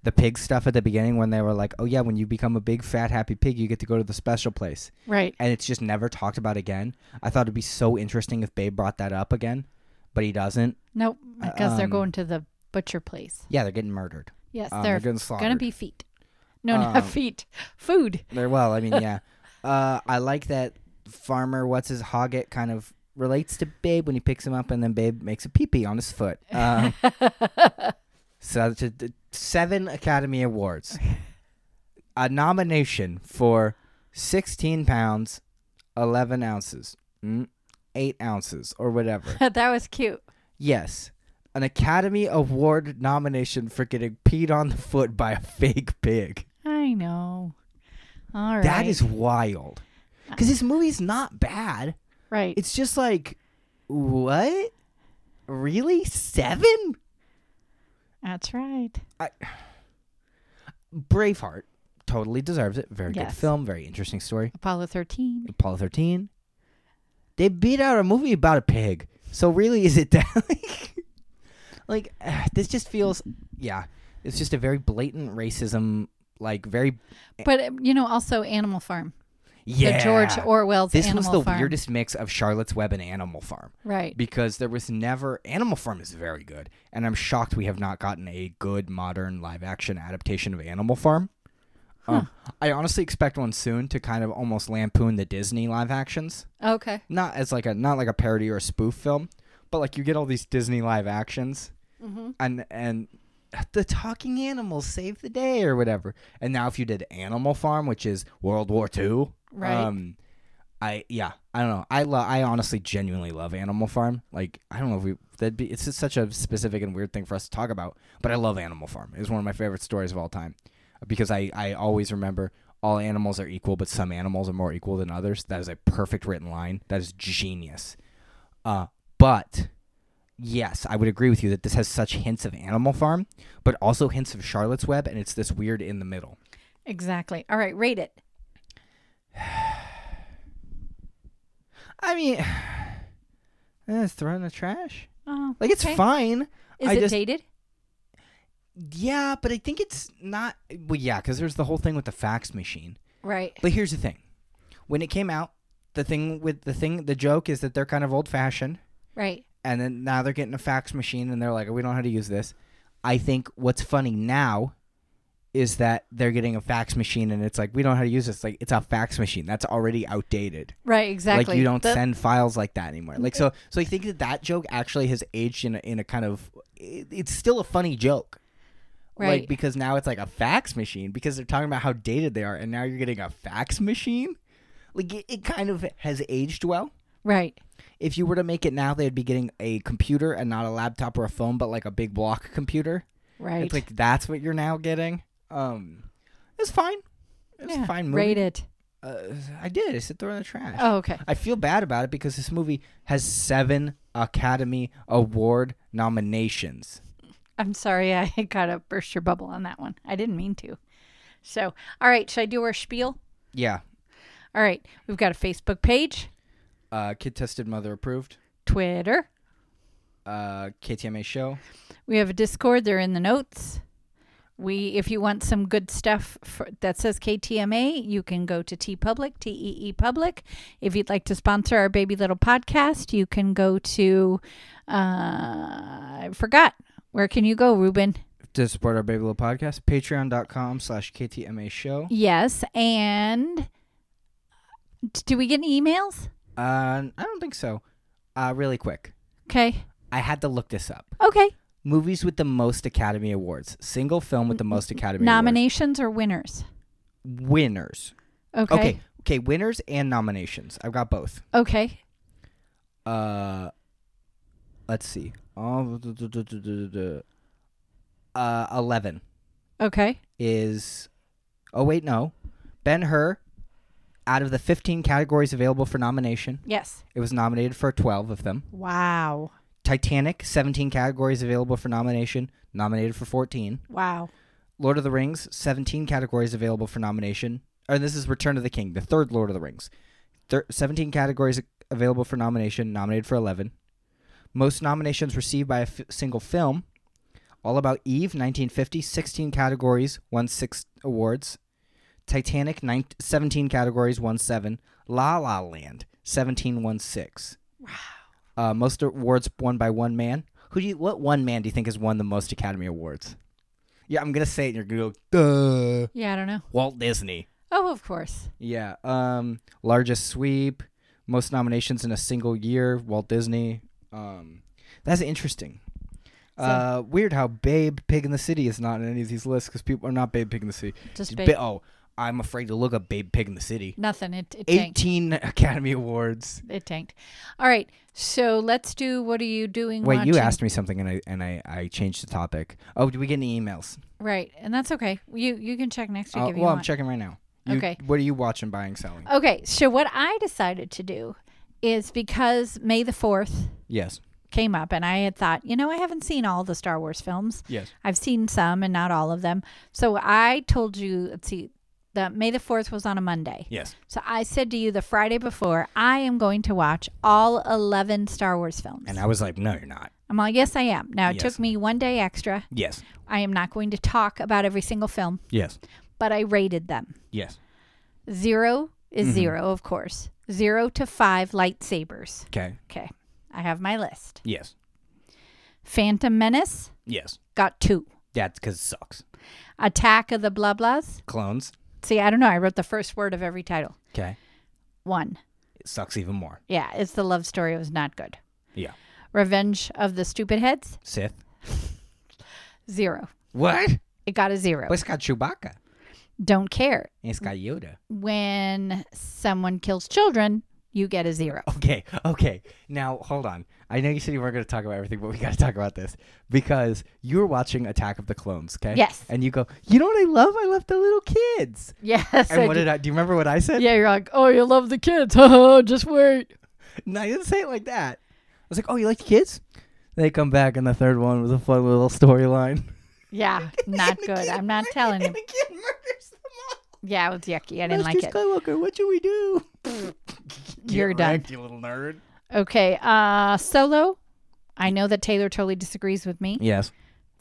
A: The pig stuff at the beginning when they were like, "Oh yeah, when you become a big fat happy pig, you get to go to the special place,"
B: Right.
A: and it's just never talked about again. I thought it'd be so interesting if Babe brought that up again, but he doesn't.
B: Nope. Because they're
A: Um,
B: going to the butcher place.
A: Yeah, they're getting murdered.
B: Yes,
A: Um,
B: they're,
A: they're getting
B: going to
A: slaughtered.
B: be feet. No, not
A: Um,
B: feet. Food.
A: They're well. I mean, yeah. Uh, I like that farmer. What's his Hoggett kind of relates to Babe when he picks him up, and then Babe makes a pee pee on his foot. Um, so to, to- seven Academy Awards, a nomination for sixteen pounds, eleven ounces, mm, eight ounces, or whatever.
B: that was cute.
A: yes. An Academy Award nomination for getting peed on the foot by a fake pig.
B: I know. All right. Uh,
A: That is wild. Because this movie's not bad.
B: right.
A: It's just like, what? Really? Seven?
B: That's right.
A: Braveheart totally deserves it. Very good
B: Yes.
A: film. Very interesting story.
B: Apollo 13.
A: Apollo 13. They beat out a movie about a pig. So really, is it that? Like, like this just feels, yeah. It's just a very blatant racism, like very,
B: But, uh, you know, also Animal Farm.
A: yeah.
B: The George Orwell's
A: This
B: Animal
A: was the
B: Farm.
A: weirdest mix of Charlotte's Web and Animal Farm.
B: Right.
A: because there was never Animal Farm is very good, and I'm shocked we have not gotten a good modern live action adaptation of Animal Farm. Um, I honestly expect one soon to kind of almost lampoon the Disney live actions,
B: Okay.
A: not as like a not like a parody or a spoof film, but like you get all these Disney live actions, and and the talking animals save the day or whatever. And now if you did Animal Farm, which is World War II,
B: Right.
A: Um, I yeah, I don't know. I love. I honestly, genuinely love Animal Farm. Like I don't know if we that'd be. It's just such a specific and weird thing for us to talk about. But I love Animal Farm. It's one of my favorite stories of all time, because I I always remember all animals are equal, but some animals are more equal than others. That is a perfect written line. That is genius. Uh, but yes, I would agree with you that this has such hints of Animal Farm, but also hints of Charlotte's Web, and it's this weird in the middle.
B: Exactly. All right. Rate it.
A: I mean, eh, it's thrown in the trash.
B: Oh,
A: Like it's
B: okay.
A: fine.
B: Is
A: I
B: it
A: just-
B: dated?
A: Yeah, but I think it's not. Well, yeah, because there's the whole thing with the fax machine.
B: Right.
A: But here's the thing: when it came out, the thing with the thing, the joke is that they're kind of old fashioned,
B: Right.
A: and then now they're getting a fax machine, and they're like, "We don't know how to use this." I think what's funny now is that they're getting a fax machine and it's like we don't know how to use this. Like it's a fax machine that's already outdated.
B: Right, exactly.
A: Like you don't
B: The-
A: send files like that anymore. Like so, so I think that that joke actually has aged in a, in a kind of. It, it's still a funny joke.
B: Right.
A: Like because now it's like a fax machine because they're talking about how dated they are, and now you're getting a fax machine. Like it, it kind of has aged well.
B: right.
A: If you were to make it now, they'd be getting a computer and not a laptop or a phone, but like a big block computer.
B: Right.
A: It's like that's what you're now getting. Um, it's fine. It's
B: Yeah,
A: a fine movie.
B: Rate it.
A: Uh, I did. I said throw it in the trash.
B: Oh, okay.
A: I feel bad about it because this movie has seven Academy Award nominations.
B: I'm sorry I got to burst your bubble on that one. I didn't mean to. So, all right, should I do our spiel?
A: Yeah.
B: All right, we've got a Facebook page,
A: Uh, Kid Tested Mother approved.
B: Twitter.
A: Uh, KTMA show.
B: We have a Discord. They're in the notes. We, if you want some good stuff for, that says KTMA, you can go to T Public, T E E Public. If you'd like to sponsor our baby little podcast, you can go to. Uh, I forgot. Where can you go, Ruben?
A: To support our Baby Little Podcast, patreon.com slash KTMA show.
B: Yes, and do we get any emails?
A: Uh, I don't think so. Uh, really quick.
B: Okay.
A: I had to look this up.
B: Okay.
A: Movies with the most Academy Awards. Single film with the most Academy
B: Nominations or winners?
A: Awards. Winners.
B: Okay.
A: Okay. okay. Winners and nominations. I've got both.
B: Okay.
A: Uh, let's see. Oh, duh, duh, duh, duh, duh, duh, duh. Uh, eleven
B: Okay.
A: is. Oh wait, no. Ben Hur, out of the fifteen categories available for nomination,
B: Yes.
A: it was nominated for twelve of them.
B: Wow.
A: Titanic, seventeen categories available for nomination, nominated for fourteen.
B: Wow.
A: Lord of the Rings, 17 categories available for nomination. Or this is Return of the King, the third Lord of the Rings. Thir- 17 categories available for nomination, nominated for 11. Most nominations received by a f- single film. All About Eve, 1950, 16 categories, won 6 awards. Titanic, nine- 17 categories, won 7. La La Land, 17, won 6. Wow. Uh, most awards won by one man. Who do you, what one man do you think has won the most Academy Awards? Yeah, I'm gonna say it. And you're gonna go, duh.
B: Yeah, I don't know.
A: Walt Disney.
B: Oh, of course.
A: Yeah. Um, largest sweep, most nominations in a single year. Walt Disney. Um, that's interesting. uh, weird how Babe Pig in the City is not in any of these lists because people are not Babe Pig in the City.
B: Just
A: Did
B: ba-
A: Ba- oh, I'm afraid to look up Babe Pig in the City.
B: nothing. It, it tanked.
A: 18 Academy Awards.
B: It tanked. All right. So let's do. What are you doing?
A: Wait, you
B: watching-
A: asked me something and I and I, I changed the topic. Oh, did we get any emails?
B: Right, and that's okay. You you can check next week
A: Uh,
B: if you
A: well, I'm
B: want.
A: checking right now. You-
B: Okay. Uh,
A: What are you watching, buying, selling?
B: okay. So what I decided to do is because May the fourth
A: Yes.
B: came up, and I had thought, you know, I haven't seen all the Star Wars films.
A: Yes.
B: I've seen some and not all of them. So I told you, let's see, the May the 4th was on a Monday.
A: Yes.
B: So I said to you the Friday before, I am going to watch all 11 Star Wars films.
A: And I was like, no, you're not.
B: I'm all, yes, I am. Now, it
A: Yes.
B: took me one day extra.
A: Yes.
B: I am not going to talk about every single film,
A: Yes.
B: but I rated them.
A: Yes.
B: Zero is
A: Mm-hmm.
B: zero, of course. Zero to five lightsabers.
A: Okay.
B: Okay. I have my list.
A: Yes.
B: Phantom Menace
A: Yes.
B: got two.
A: That's because it sucks.
B: Attack of the Blah Blahs.
A: Clones.
B: See, I don't know. I wrote the first word of every title.
A: Okay.
B: One.
A: It sucks even more.
B: Yeah, it's the love story. It was not good.
A: Yeah.
B: Revenge of the Stupid Heads,
A: Sith.
B: zero.
A: What?
B: It got a zero.
A: But it's got Chewbacca.
B: Don't care.
A: And it's got Yoda.
B: When someone kills children, you get a zero.
A: Okay. Okay. Now, hold on. I know you said you weren't going to talk about everything, but we got to talk about this because you were watching Attack of the Clones, okay?
B: Yes.
A: And you go, you know what I love? I love the little kids.
B: Yes.
A: And what did I, do you remember what I said?
B: yeah, you're like, oh, you love the kids. Just wait.
A: No, I didn't say it like that. I was like, oh, you like the kids? They come back, and the third one was a fun little storyline.
B: Yeah, not
A: And the
B: good.
A: kid-
B: I'm not telling you.
A: and the kid murders them all.
B: Yeah, it was yucky. I didn't like
A: Master
B: it.
A: Skywalker, what should we do?
B: You're done.
A: you little nerd.
B: Okay. Uh, solo. I know that Taylor totally disagrees with me.
A: Yes,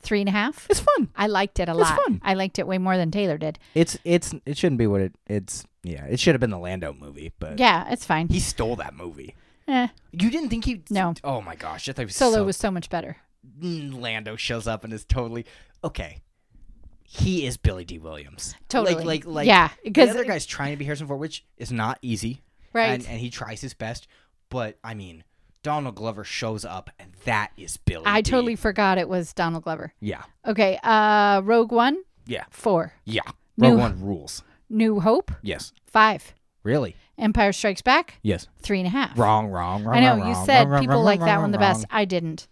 B: Three and a half.
A: it's fun.
B: I liked it a
A: It's
B: lot.
A: fun.
B: I liked it way more than Taylor did.
A: It's it's it shouldn't be what it it's. Yeah, it should have been the Lando movie, but
B: Yeah, it's fine.
A: he stole that movie.
B: Eh,
A: You didn't think he?
B: No.
A: Oh my gosh, I thought he was
B: Solo
A: so-
B: was so much better.
A: Mm, Lando shows up and is totally okay. he is Billy D. Williams.
B: Totally.
A: Like, like, like
B: yeah,
A: the
B: because
A: other guy's trying to be Harrison Ford, which is not easy.
B: right.
A: And, and he tries his best, but I mean, Donald Glover shows up, and that is Billy.
B: I
A: D.
B: totally forgot it was Donald Glover.
A: Yeah.
B: Okay, uh, Rogue One,
A: Yeah.
B: four.
A: Yeah. Rogue
B: New-
A: One rules.
B: New Hope,
A: Yes.
B: five.
A: Really?
B: Empire Strikes Back,
A: Yes.
B: three and a half.
A: Wrong, wrong, wrong.
B: I know
A: wrong,
B: you
A: wrong,
B: said
A: wrong, wrong,
B: people
A: wrong,
B: like that
A: wrong,
B: one the
A: wrong.
B: best. I didn't.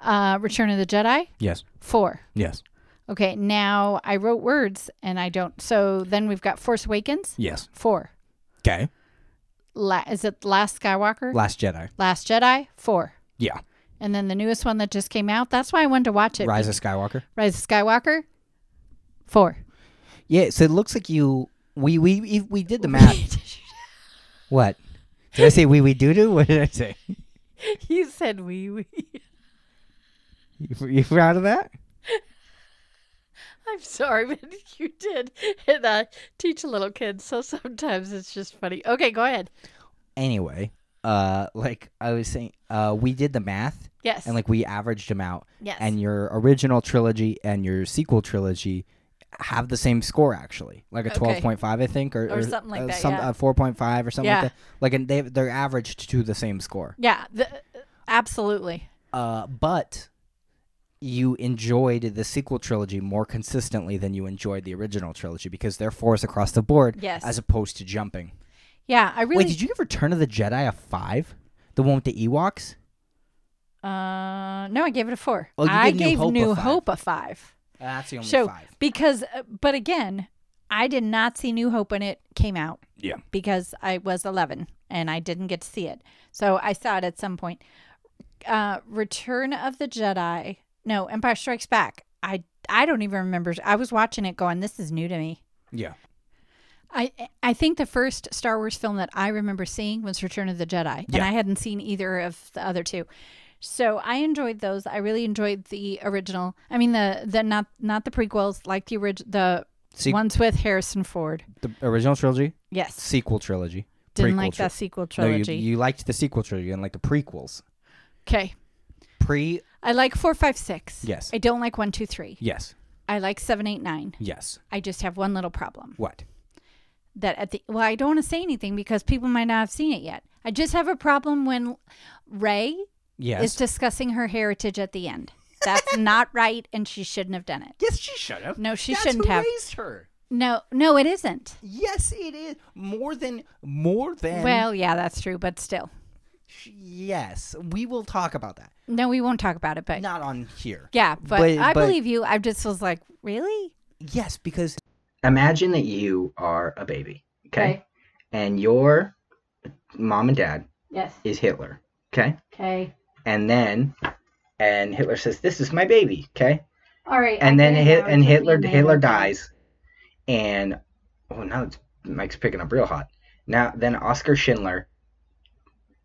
B: Uh, Return of the Jedi,
A: Yes.
B: four.
A: Yes.
B: Okay, now I wrote words and I don't. So then we've got Force Awakens,
A: Yes.
B: four.
A: Okay.
B: La- is it Last Skywalker?
A: Last Jedi.
B: Last Jedi, four.
A: Yeah.
B: And then the newest one that just came out. That's why I wanted to watch it.
A: Rise of Skywalker.
B: Rise of Skywalker, four.
A: Yeah. So it looks like you. We we we- we did the math. what? Did I say we we doo doo? What did I say?
B: you said wee wee.
A: You, you proud of that?
B: I'm sorry, but you did. And I teach little kids, so sometimes it's just funny. Okay, go ahead.
A: Anyway, uh, like I was saying, uh, we did the math
B: Yes.
A: and like we averaged them out,
B: yes.
A: and your original trilogy and your sequel trilogy have the same score actually, like a
B: Okay.
A: twelve point five, I think, or,
B: Or something like
A: uh,
B: that,
A: some,
B: yeah.
A: uh, four point five or something
B: Yeah.
A: like that. Like, and they they're averaged to the same score.
B: yeah, the, absolutely.
A: Uh, but you enjoyed the sequel trilogy more consistently than you enjoyed the original trilogy because they're forced across the board
B: Yes.
A: as opposed to jumping.
B: yeah, I really.
A: Wait, did you give Return of the Jedi a five? The one with the Ewoks?
B: uh, no, I gave it a four.
A: Oh, you
B: I
A: gave New
B: gave
A: Hope a
B: New
A: five.
B: Hope a five.
A: That's the only
B: So
A: five.
B: because, uh, but again, I did not see New Hope when it came out.
A: Yeah.
B: Because I was 11 and I didn't get to see it, so I saw it at some point. Uh, Return of the Jedi, no, Empire Strikes Back. I I don't even remember. I was watching it, going, "This is new to me."
A: Yeah.
B: I I think the first Star Wars film that I remember seeing was Return of the Jedi, and
A: Yeah.
B: I hadn't seen either of the other two. So I enjoyed those. I really enjoyed the original. I mean the the not not the prequels, like the orig- the
A: See-
B: ones with Harrison Ford.
A: The original trilogy,
B: Yes,
A: sequel trilogy.
B: didn't
A: prequel
B: like
A: tri-
B: that sequel
A: No,
B: trilogy.
A: you, you liked the sequel trilogy and like the prequels.
B: okay,
A: Pre,
B: I like four, five, six.
A: Yes.
B: I don't like one, two, three.
A: yes,
B: I like seven, eight, nine.
A: yes.
B: I just have one little problem.
A: What?
B: that at the well, I don't want to say anything because people might not have seen it yet. I just have a problem when Ray
A: Yes.
B: is discussing her heritage at the end. That's not right, and she shouldn't have done it.
A: yes, she should have.
B: No, she
A: That's
B: shouldn't
A: who
B: have.
A: raised her.
B: No, no, it isn't.
A: Yes, it is more than more than.
B: Well, yeah, that's true, but still,
A: sh- yes, we will talk about that.
B: no, we won't talk about it. But
A: Not on here.
B: yeah, but,
A: But-
B: I
A: but-
B: believe you. I just was like, really?
A: Yes, because imagine that you are a baby,
B: Okay.
A: and your mom and dad
B: Yes.
A: is Hitler, okay,
B: Okay.
A: and then and Hitler says, "This is my baby," okay,
B: All right.
A: and then hit and Hitler Hitler dies, and oh now it's, Mike's picking up real hot. Now then Oscar Schindler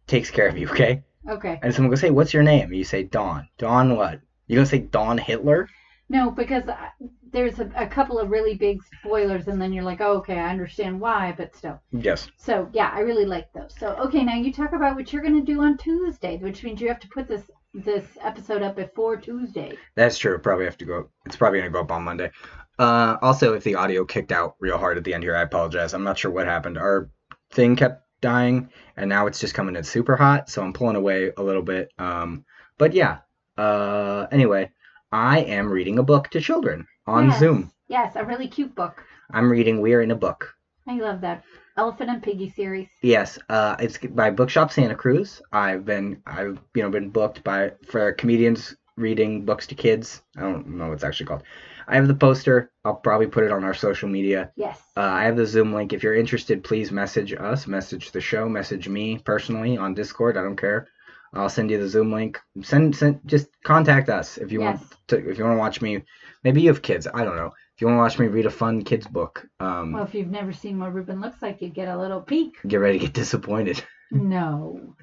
A: takes care of you, okay?
B: Okay.
A: And someone goes, "Hey, what's your name?" You say, "Don." Don what? You gonna say Don Hitler?
B: No, because I, there's a, a couple of really big spoilers, and then you're like, oh, okay, I understand why, but still.
A: Yes.
B: So yeah, I really like those. So okay, now you talk about what you're gonna do on Tuesday, which means you have to put this this episode up before Tuesday.
A: That's true. Probably have to go. It's probably gonna go up on Monday. Uh, also, if the audio kicked out real hard at the end here, I apologize. I'm not sure what happened. Our thing kept dying, and now it's just coming in super hot, so I'm pulling away a little bit. Um, but yeah. Uh, anyway, I am reading a book to children on
B: Yes.
A: Zoom.
B: Yes, a really cute book.
A: I'm reading We're in a Book.
B: I love that Elephant and Piggy series.
A: Yes, uh, it's by Bookshop Santa Cruz. I've been I've you know been booked by for comedians reading books to kids. I don't know what it's actually called. I have the poster. I'll probably put it on our social media.
B: Yes.
A: Uh, I have the Zoom link. If you're interested, please message us, message the show, message me personally on Discord. I don't care. I'll send you the Zoom link. Send send just contact us if you want
B: Yes.
A: to if you want to watch me. Maybe you have kids. I don't know. If you want to watch me read a fun kids book, um,
B: Well, if you've never seen what Ruben looks like, you get a little peek.
A: get ready to get disappointed.
B: No.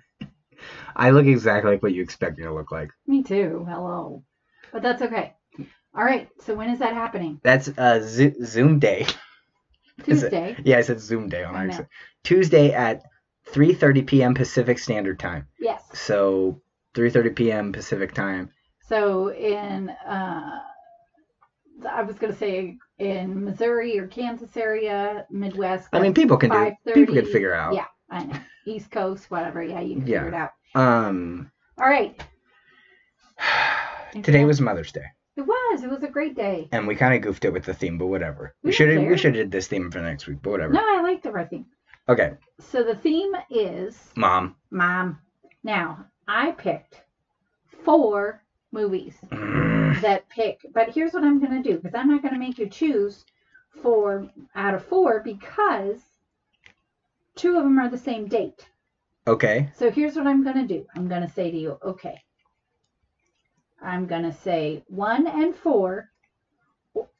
A: I look exactly like what you expect me to look like.
B: Me too. Hello. But that's okay. All right. So when is that happening?
A: That's uh, Zo- Zoom day. Is it-
B: Tuesday.
A: Yeah, I said Zoom day on
B: I know.
A: accident. Tuesday at 3:30 p.m. Pacific Standard Time.
B: Yes.
A: So 3:30 p.m. Pacific Time.
B: So in uh, I was going to say in Missouri or Kansas area, Midwest.
A: I mean, people can do. it. People can
B: 5:30.
A: figure out.
B: Yeah, I know. East Coast, whatever. Yeah, you can
A: Yeah.
B: figure it out.
A: Um,
B: All right.
A: today was Mother's Day,
B: It was. It was a great day.
A: and we kind of goofed it with the theme, but whatever. We
B: We
A: should
B: don't
A: have we
B: care.
A: should have did this theme for next week, but whatever.
B: No, I liked the theme.
A: Okay,
B: So the theme is
A: mom.
B: mom. Now I picked four movies
A: Mm.
B: that pick, but here's what I'm going to do because I'm not going to make you choose four out of four because two of them are the same date.
A: Okay.
B: So here's what I'm going to do I'm going to say to you, okay, I'm going to say one and four,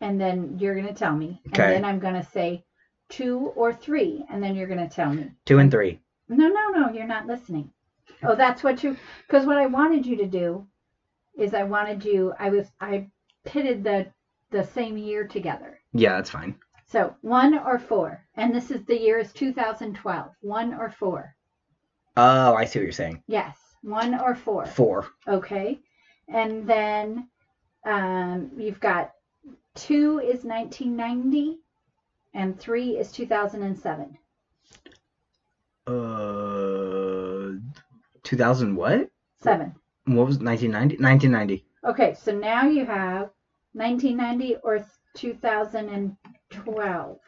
B: and then you're going to tell me.
A: Okay.
B: And then I'm going to say two or three, and then you're going to tell me.
A: Two and three.
B: No, no, no, you're not listening. Oh, that's what you, because what I wanted you to do is I wanted you, I was, I pitted the, the same year together.
A: Yeah, that's fine.
B: So one or four, and this is the year is 2012. One or four.
A: Oh, I see what you're saying.
B: Yes, one or four.
A: Four.
B: Okay. And then um, you've got two is 1990 and three is 2007.
A: Uh, 2000 what?
B: Seven.
A: What was 1990? 1990.
B: Okay, so now you have 1990 or 2012.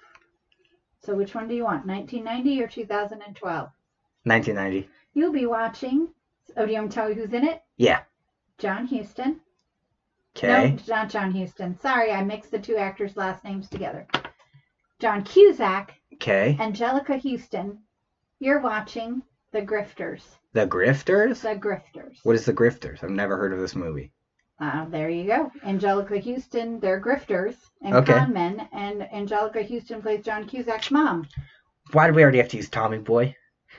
B: So which one do you want, 1990 or 2012?
A: 1990.
B: You'll be watching. Oh, do you want me to tell you who's in it?
A: Yeah.
B: John Houston.
A: Okay.
B: No, not John Houston. Sorry, I mixed the two actors' last names together. John Cusack
A: Okay.
B: Angelica Houston, you're watching The Grifters.
A: The Grifters?
B: The Grifters.
A: What is The Grifters? I've never heard of this movie.
B: Uh, there you go. Angelica Houston, they're grifters and
A: Okay.
B: con men, and Angelica Houston plays John Cusack's mom.
A: Why do we already have to use Tommy Boy?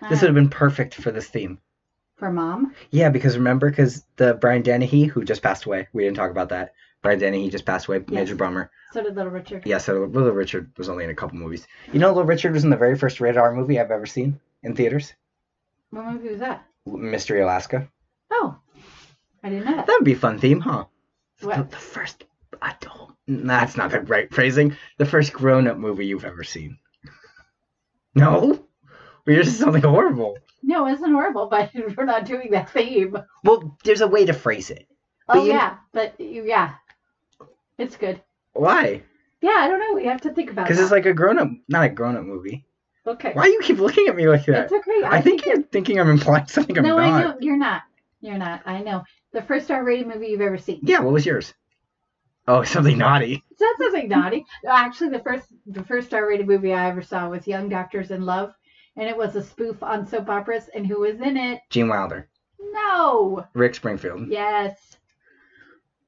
A: This
B: Uh,
A: would have been perfect for this theme.
B: for mom.
A: Yeah, because remember, because the Brian Dennehy, who just passed away, we didn't talk about that. Brian Dennehy just passed away, major bummer.
B: So did Little Richard.
A: Yeah, so Little Richard was only in a couple movies. You know, Little Richard was in the very first rated R movie I've ever seen in theaters,
B: What movie was that?
A: Mystery Alaska.
B: Oh, I didn't know that.
A: That would be a fun theme, huh? The,
B: What?
A: the first adult. That's not the right phrasing. The first grown up movie you've ever seen. No? Well, you're just something horrible.
B: No, it isn't horrible, but we're not doing that theme.
A: Well, there's a way to phrase it. But
B: Oh,
A: you-
B: yeah, but you, yeah. It's good.
A: Why?
B: Yeah, I don't know. We have to think about it.
A: Because it's like a grown up, not a grown up movie.
B: okay.
A: Why do you keep looking at me like that?
B: It's okay.
A: I think you're thinking I'm implying something I'm
B: no,
A: not.
B: I know you're not. You're not. I know. The first R-rated movie you've ever seen.
A: Yeah, what was yours? Oh, something naughty.
B: It's not something naughty. No, Actually, the first the first R-rated movie I ever saw was Young Doctors in Love, and it was a spoof on soap operas. And who was in it?
A: Gene Wilder,
B: No.
A: Rick Springfield.
B: Yes.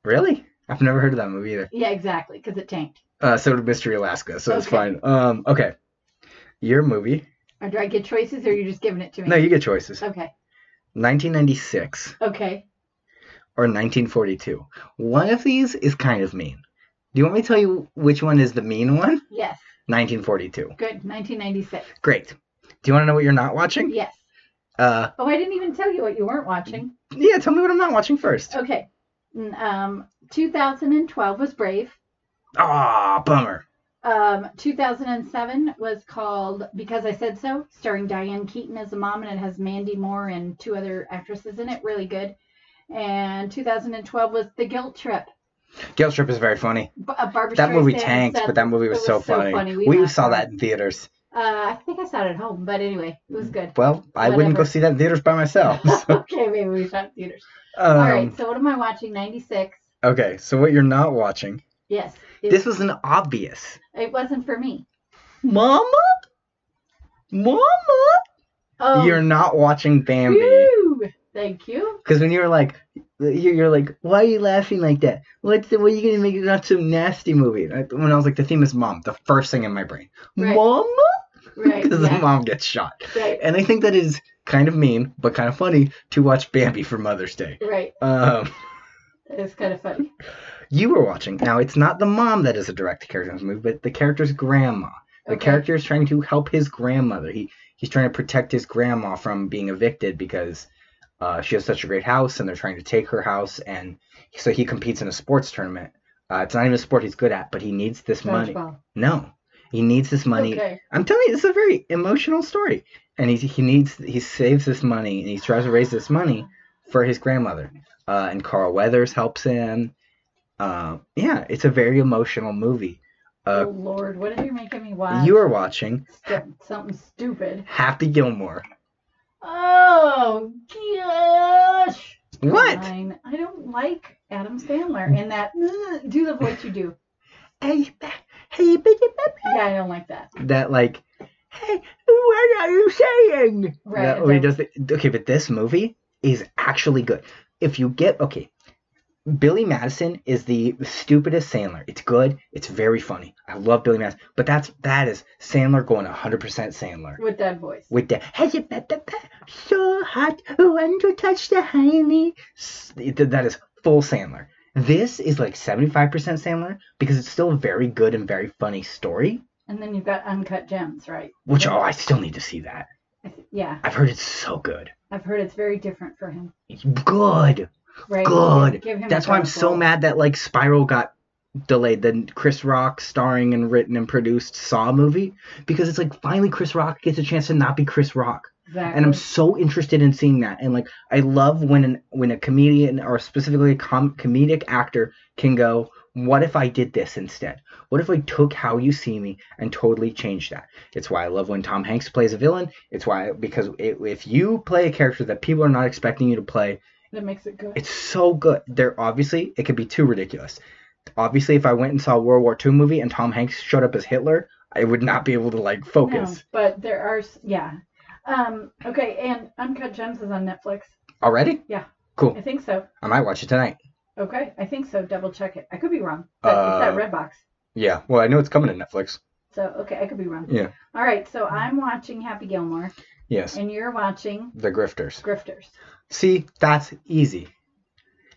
A: Really? I've never heard of that movie either.
B: Yeah, exactly. Because it tanked.
A: Uh, so did Mystery Alaska, so it's
B: Okay.
A: fine. Um, okay. Your movie.
B: Or do I get choices, or you are just giving it to me?
A: No, you get choices.
B: Okay.
A: 1996
B: Okay.
A: or 1942. One of these is kind of mean. Do you want me to tell you which one is the mean one?
B: Yes.
A: 1942.
B: Good. 1996.
A: Great. Do you want to know what you're not watching?
B: Yes.
A: Uh,
B: Oh, I didn't even tell you what you weren't watching.
A: yeah, tell me what I'm not watching first.
B: Okay. Mm, Um, 2012 was Brave. Oh.
A: Ah, bummer.
B: Um, 2007 was called Because I Said So, starring Diane Keaton as a mom, and it has Mandy Moore and two other actresses in it. Really good. And 2012 was The Guilt Trip.
A: Guilt Trip is very funny.
B: B- uh, Barbara
A: That
B: Streisand
A: movie tanked,
B: said-
A: but that movie was,
B: it was
A: so,
B: so
A: funny.
B: funny. We
A: We,
B: laughed
A: saw
B: hard.
A: that in theaters.
B: Uh, I think I saw it at home, but anyway, it
A: Mm.
B: was good.
A: Well, I wouldn't go
B: Whatever.
A: see that in theaters by myself. so,
B: okay, maybe we shot in theaters.
A: um,
B: All right, so what am I watching? 96.
A: Okay, so what you're not watching.
B: Yes, it,
A: This was an obvious.
B: it wasn't for me.
A: Mama? Mama?
B: Oh,
A: You're not watching Bambi.
B: whew, thank you.
A: Because when you were like, you- you're like, why are you laughing like that? What's the, what are you going to make it not so nasty movie? And I- When I was like, the theme is mom, the first thing in my brain.
B: Right.
A: Mama?
B: Right,
A: Because the
B: yeah,
A: mom gets shot.
B: right,
A: And I think that is kind of mean, but kind of funny to watch Bambi for Mother's Day.
B: right.
A: Um,
B: It's kind of funny.
A: you were watching. Now, it's not the mom that is a direct character in this movie, but the character's grandma. The
B: Okay.
A: character is trying to help his grandmother. He he's trying to protect his grandma from being evicted because uh, she has such a great house, and they're trying to take her house. And so he competes in a sports tournament Uh, it's not even a sport he's good at, but he needs this money.
B: Dodgeball.
A: No, he needs this money.
B: Okay.
A: I'm telling you, this is a very emotional story. And he's, he needs he saves this money and he tries to raise this money for his grandmother. Uh, and Carl Weathers helps him. Uh, yeah, it's a very emotional movie. Uh,
B: oh Lord, what are you making me watch?
A: You are watching
B: St- something stupid.
A: Happy Gilmore.
B: Oh gosh.
A: What?
B: Fine. I don't like Adam Sandler and that. Do the voice you do.
A: Hey, hey, baby,
B: Yeah, I don't like that.
A: that like, hey, what are you saying?
B: Right,
A: That-
B: and
A: or he
B: then-
A: does the, okay, but this movie is actually good. If you get okay, Billy Madison is the stupidest Sandler. It's good. It's very funny. I love Billy Madison, but that's that is Sandler going 100% Sandler
B: With that voice.
A: with the hey, you bet the bet, so hot when you touch the honey. S- th- That is full Sandler. This is like 75% Sandler because it's still a very good and very funny story.
B: And then you've got Uncut Gems, right?
A: Which oh, I still need to see that.
B: I th- Yeah,
A: I've heard it's so good.
B: I've heard it's very different for him.
A: Good.
B: Right?
A: Good.
B: Give him
A: That's
B: a
A: why I'm
B: double.
A: so mad that like Spiral got delayed. The Chris Rock starring and written and produced Saw movie because it's like finally Chris Rock gets a chance to not be Chris Rock.
B: Exactly.
A: and I'm so interested in seeing that. And like, I love when an when a comedian or specifically a com- comedic actor can go, "What if I did this instead? What if I took how you see me and totally changed that?" It's why I love when Tom Hanks plays a villain. It's why because it, if you play a character that people are not expecting you to play,
B: that makes it good.
A: it's so good. They're obviously it could be too ridiculous. Obviously, if I went and saw a World War II movie and Tom Hanks showed up as Hitler, I would not be able to like focus.
B: No, but there are, s- yeah. Um, okay, and Uncut Gems is on Netflix.
A: Already?
B: Yeah.
A: Cool.
B: I think so.
A: I might watch it tonight.
B: Okay, I think so. Double check it. I could be wrong. But it's
A: Uh,
B: that red box.
A: Yeah. Well, I know it's coming to Netflix.
B: So, okay, I could be wrong.
A: Yeah.
B: All right, so I'm watching Happy Gilmore,
A: Yes.
B: and you're watching
A: The Grifters.
B: Grifters.
A: See, that's easy.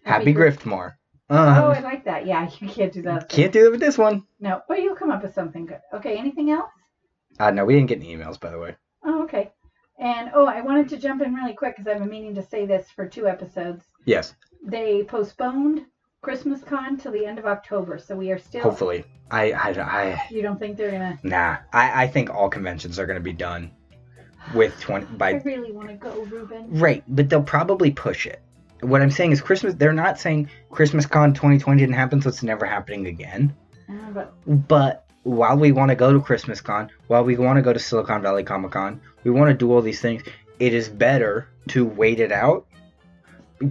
A: Happy
B: Grift-
A: Griftmore.
B: Oh, I
A: Um,
B: like that. Yeah, you can't do that.
A: can't do it with this one.
B: No, but you'll come up with something good. Okay, anything else?
A: Uh, no, we didn't get any emails, by the way.
B: Oh, okay. And oh, I wanted to jump in really quick because I've been meaning to say this for two episodes.
A: Yes.
B: They postponed Christmas Con till the end of October, so we are still.
A: Hopefully. I, I, I,
B: You don't think they're gonna?
A: nah. I, I think all conventions are going to be done with 20,
B: I
A: by,
B: really want to go, Ruben.
A: right. But they'll probably push it. What I'm saying is Christmas, they're not saying Christmas Con 2020 didn't happen, so it's never happening again.
B: Uh,
A: Oh.
B: but
A: But while we want to go to Christmas Con, while we want to go to Silicon Valley Comic Con, we want to do all these things, it is better to wait it out.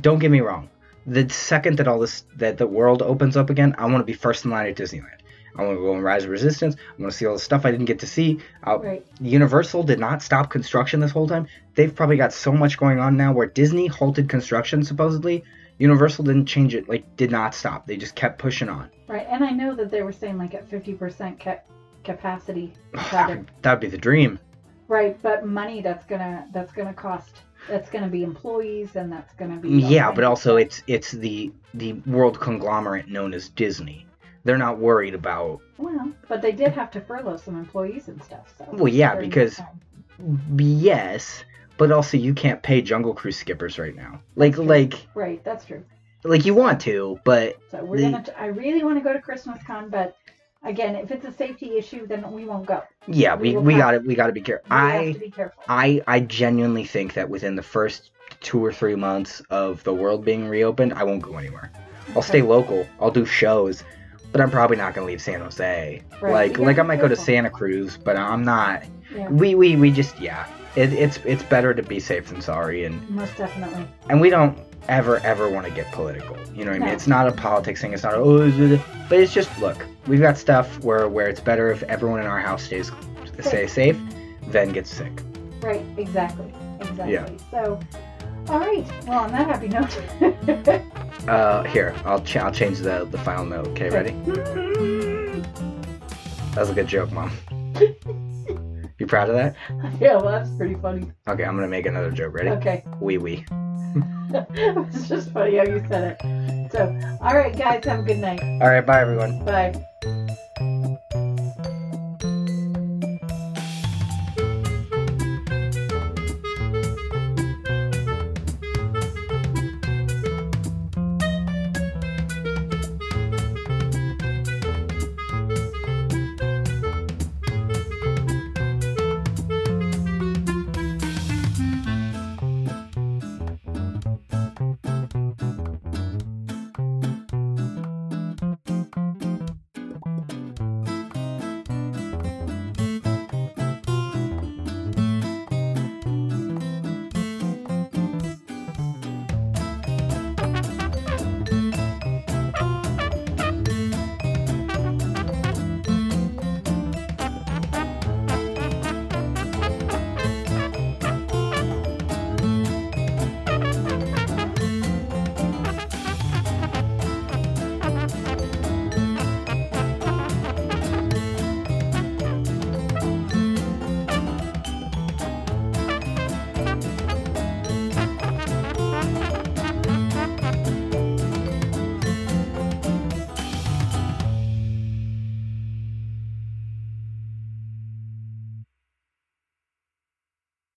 A: Don't get me wrong. The second that all this that the world opens up again, I want to be first in line at Disneyland. I want to go on Rise of Resistance. I want to see all the stuff I didn't get to see. Uh,
B: right,
A: Universal did not stop construction this whole time. They've probably got so much going on now where Disney halted construction supposedly. Universal didn't change it, like did not stop. They just kept pushing on.
B: right, and I know that they were saying like at fifty percent ca- capacity,
A: that
B: Got it.
A: would that'd be the dream.
B: right? But money that's gonna that's gonna cost. That's gonna be employees, and that's gonna be. all
A: Mm, Yeah,
B: kinds
A: but
B: of
A: also
B: stuff.
A: it's it's the the world conglomerate known as Disney. They're not worried about
B: Well, but they did have to furlough some employees and stuff. So.
A: Well, yeah,
B: during this
A: because-
B: time.
A: yes, but also you can't pay Jungle Cruise skippers right now. Like like
B: Right, that's true.
A: like you want to, but
B: So we're
A: The-
B: gonna. T- I really want to go to Christmas Con, but again, if it's a safety issue, then we won't go.
A: yeah, we
B: Well,
A: we
B: yeah.
A: got to we got to be careful.
B: We have
A: I
B: to be careful.
A: I I genuinely think that within the first 2 or 3 months of the world being reopened, I won't go anywhere. I'll stay local. I'll do shows, but I'm probably not going to leave San Jose.
B: Right, you
A: Like
B: gotta
A: like I
B: be
A: might go to
B: careful.
A: Santa Cruz, but I'm not
B: Yeah,
A: we we we just yeah it, it's it's better to be safe than sorry and
B: most definitely.
A: and we don't ever ever want to get political you know what i mean
B: No.
A: it's not a politics thing it's not a, oh, blah, blah," but it's just look we've got stuff where where it's better if everyone in our house stays stay safe than gets sick
B: Right, exactly, exactly. So, all right. Well, on that happy note,
A: uh here i'll, ch- I'll change the the final note okay ready that was a good joke mom you proud of that
B: yeah, well, that's pretty funny.
A: okay i'm gonna make another joke ready
B: Okay,
A: wee wee
B: it's just funny how you said it. So, all right, guys, have a good night.
A: all right bye everyone
B: Bye.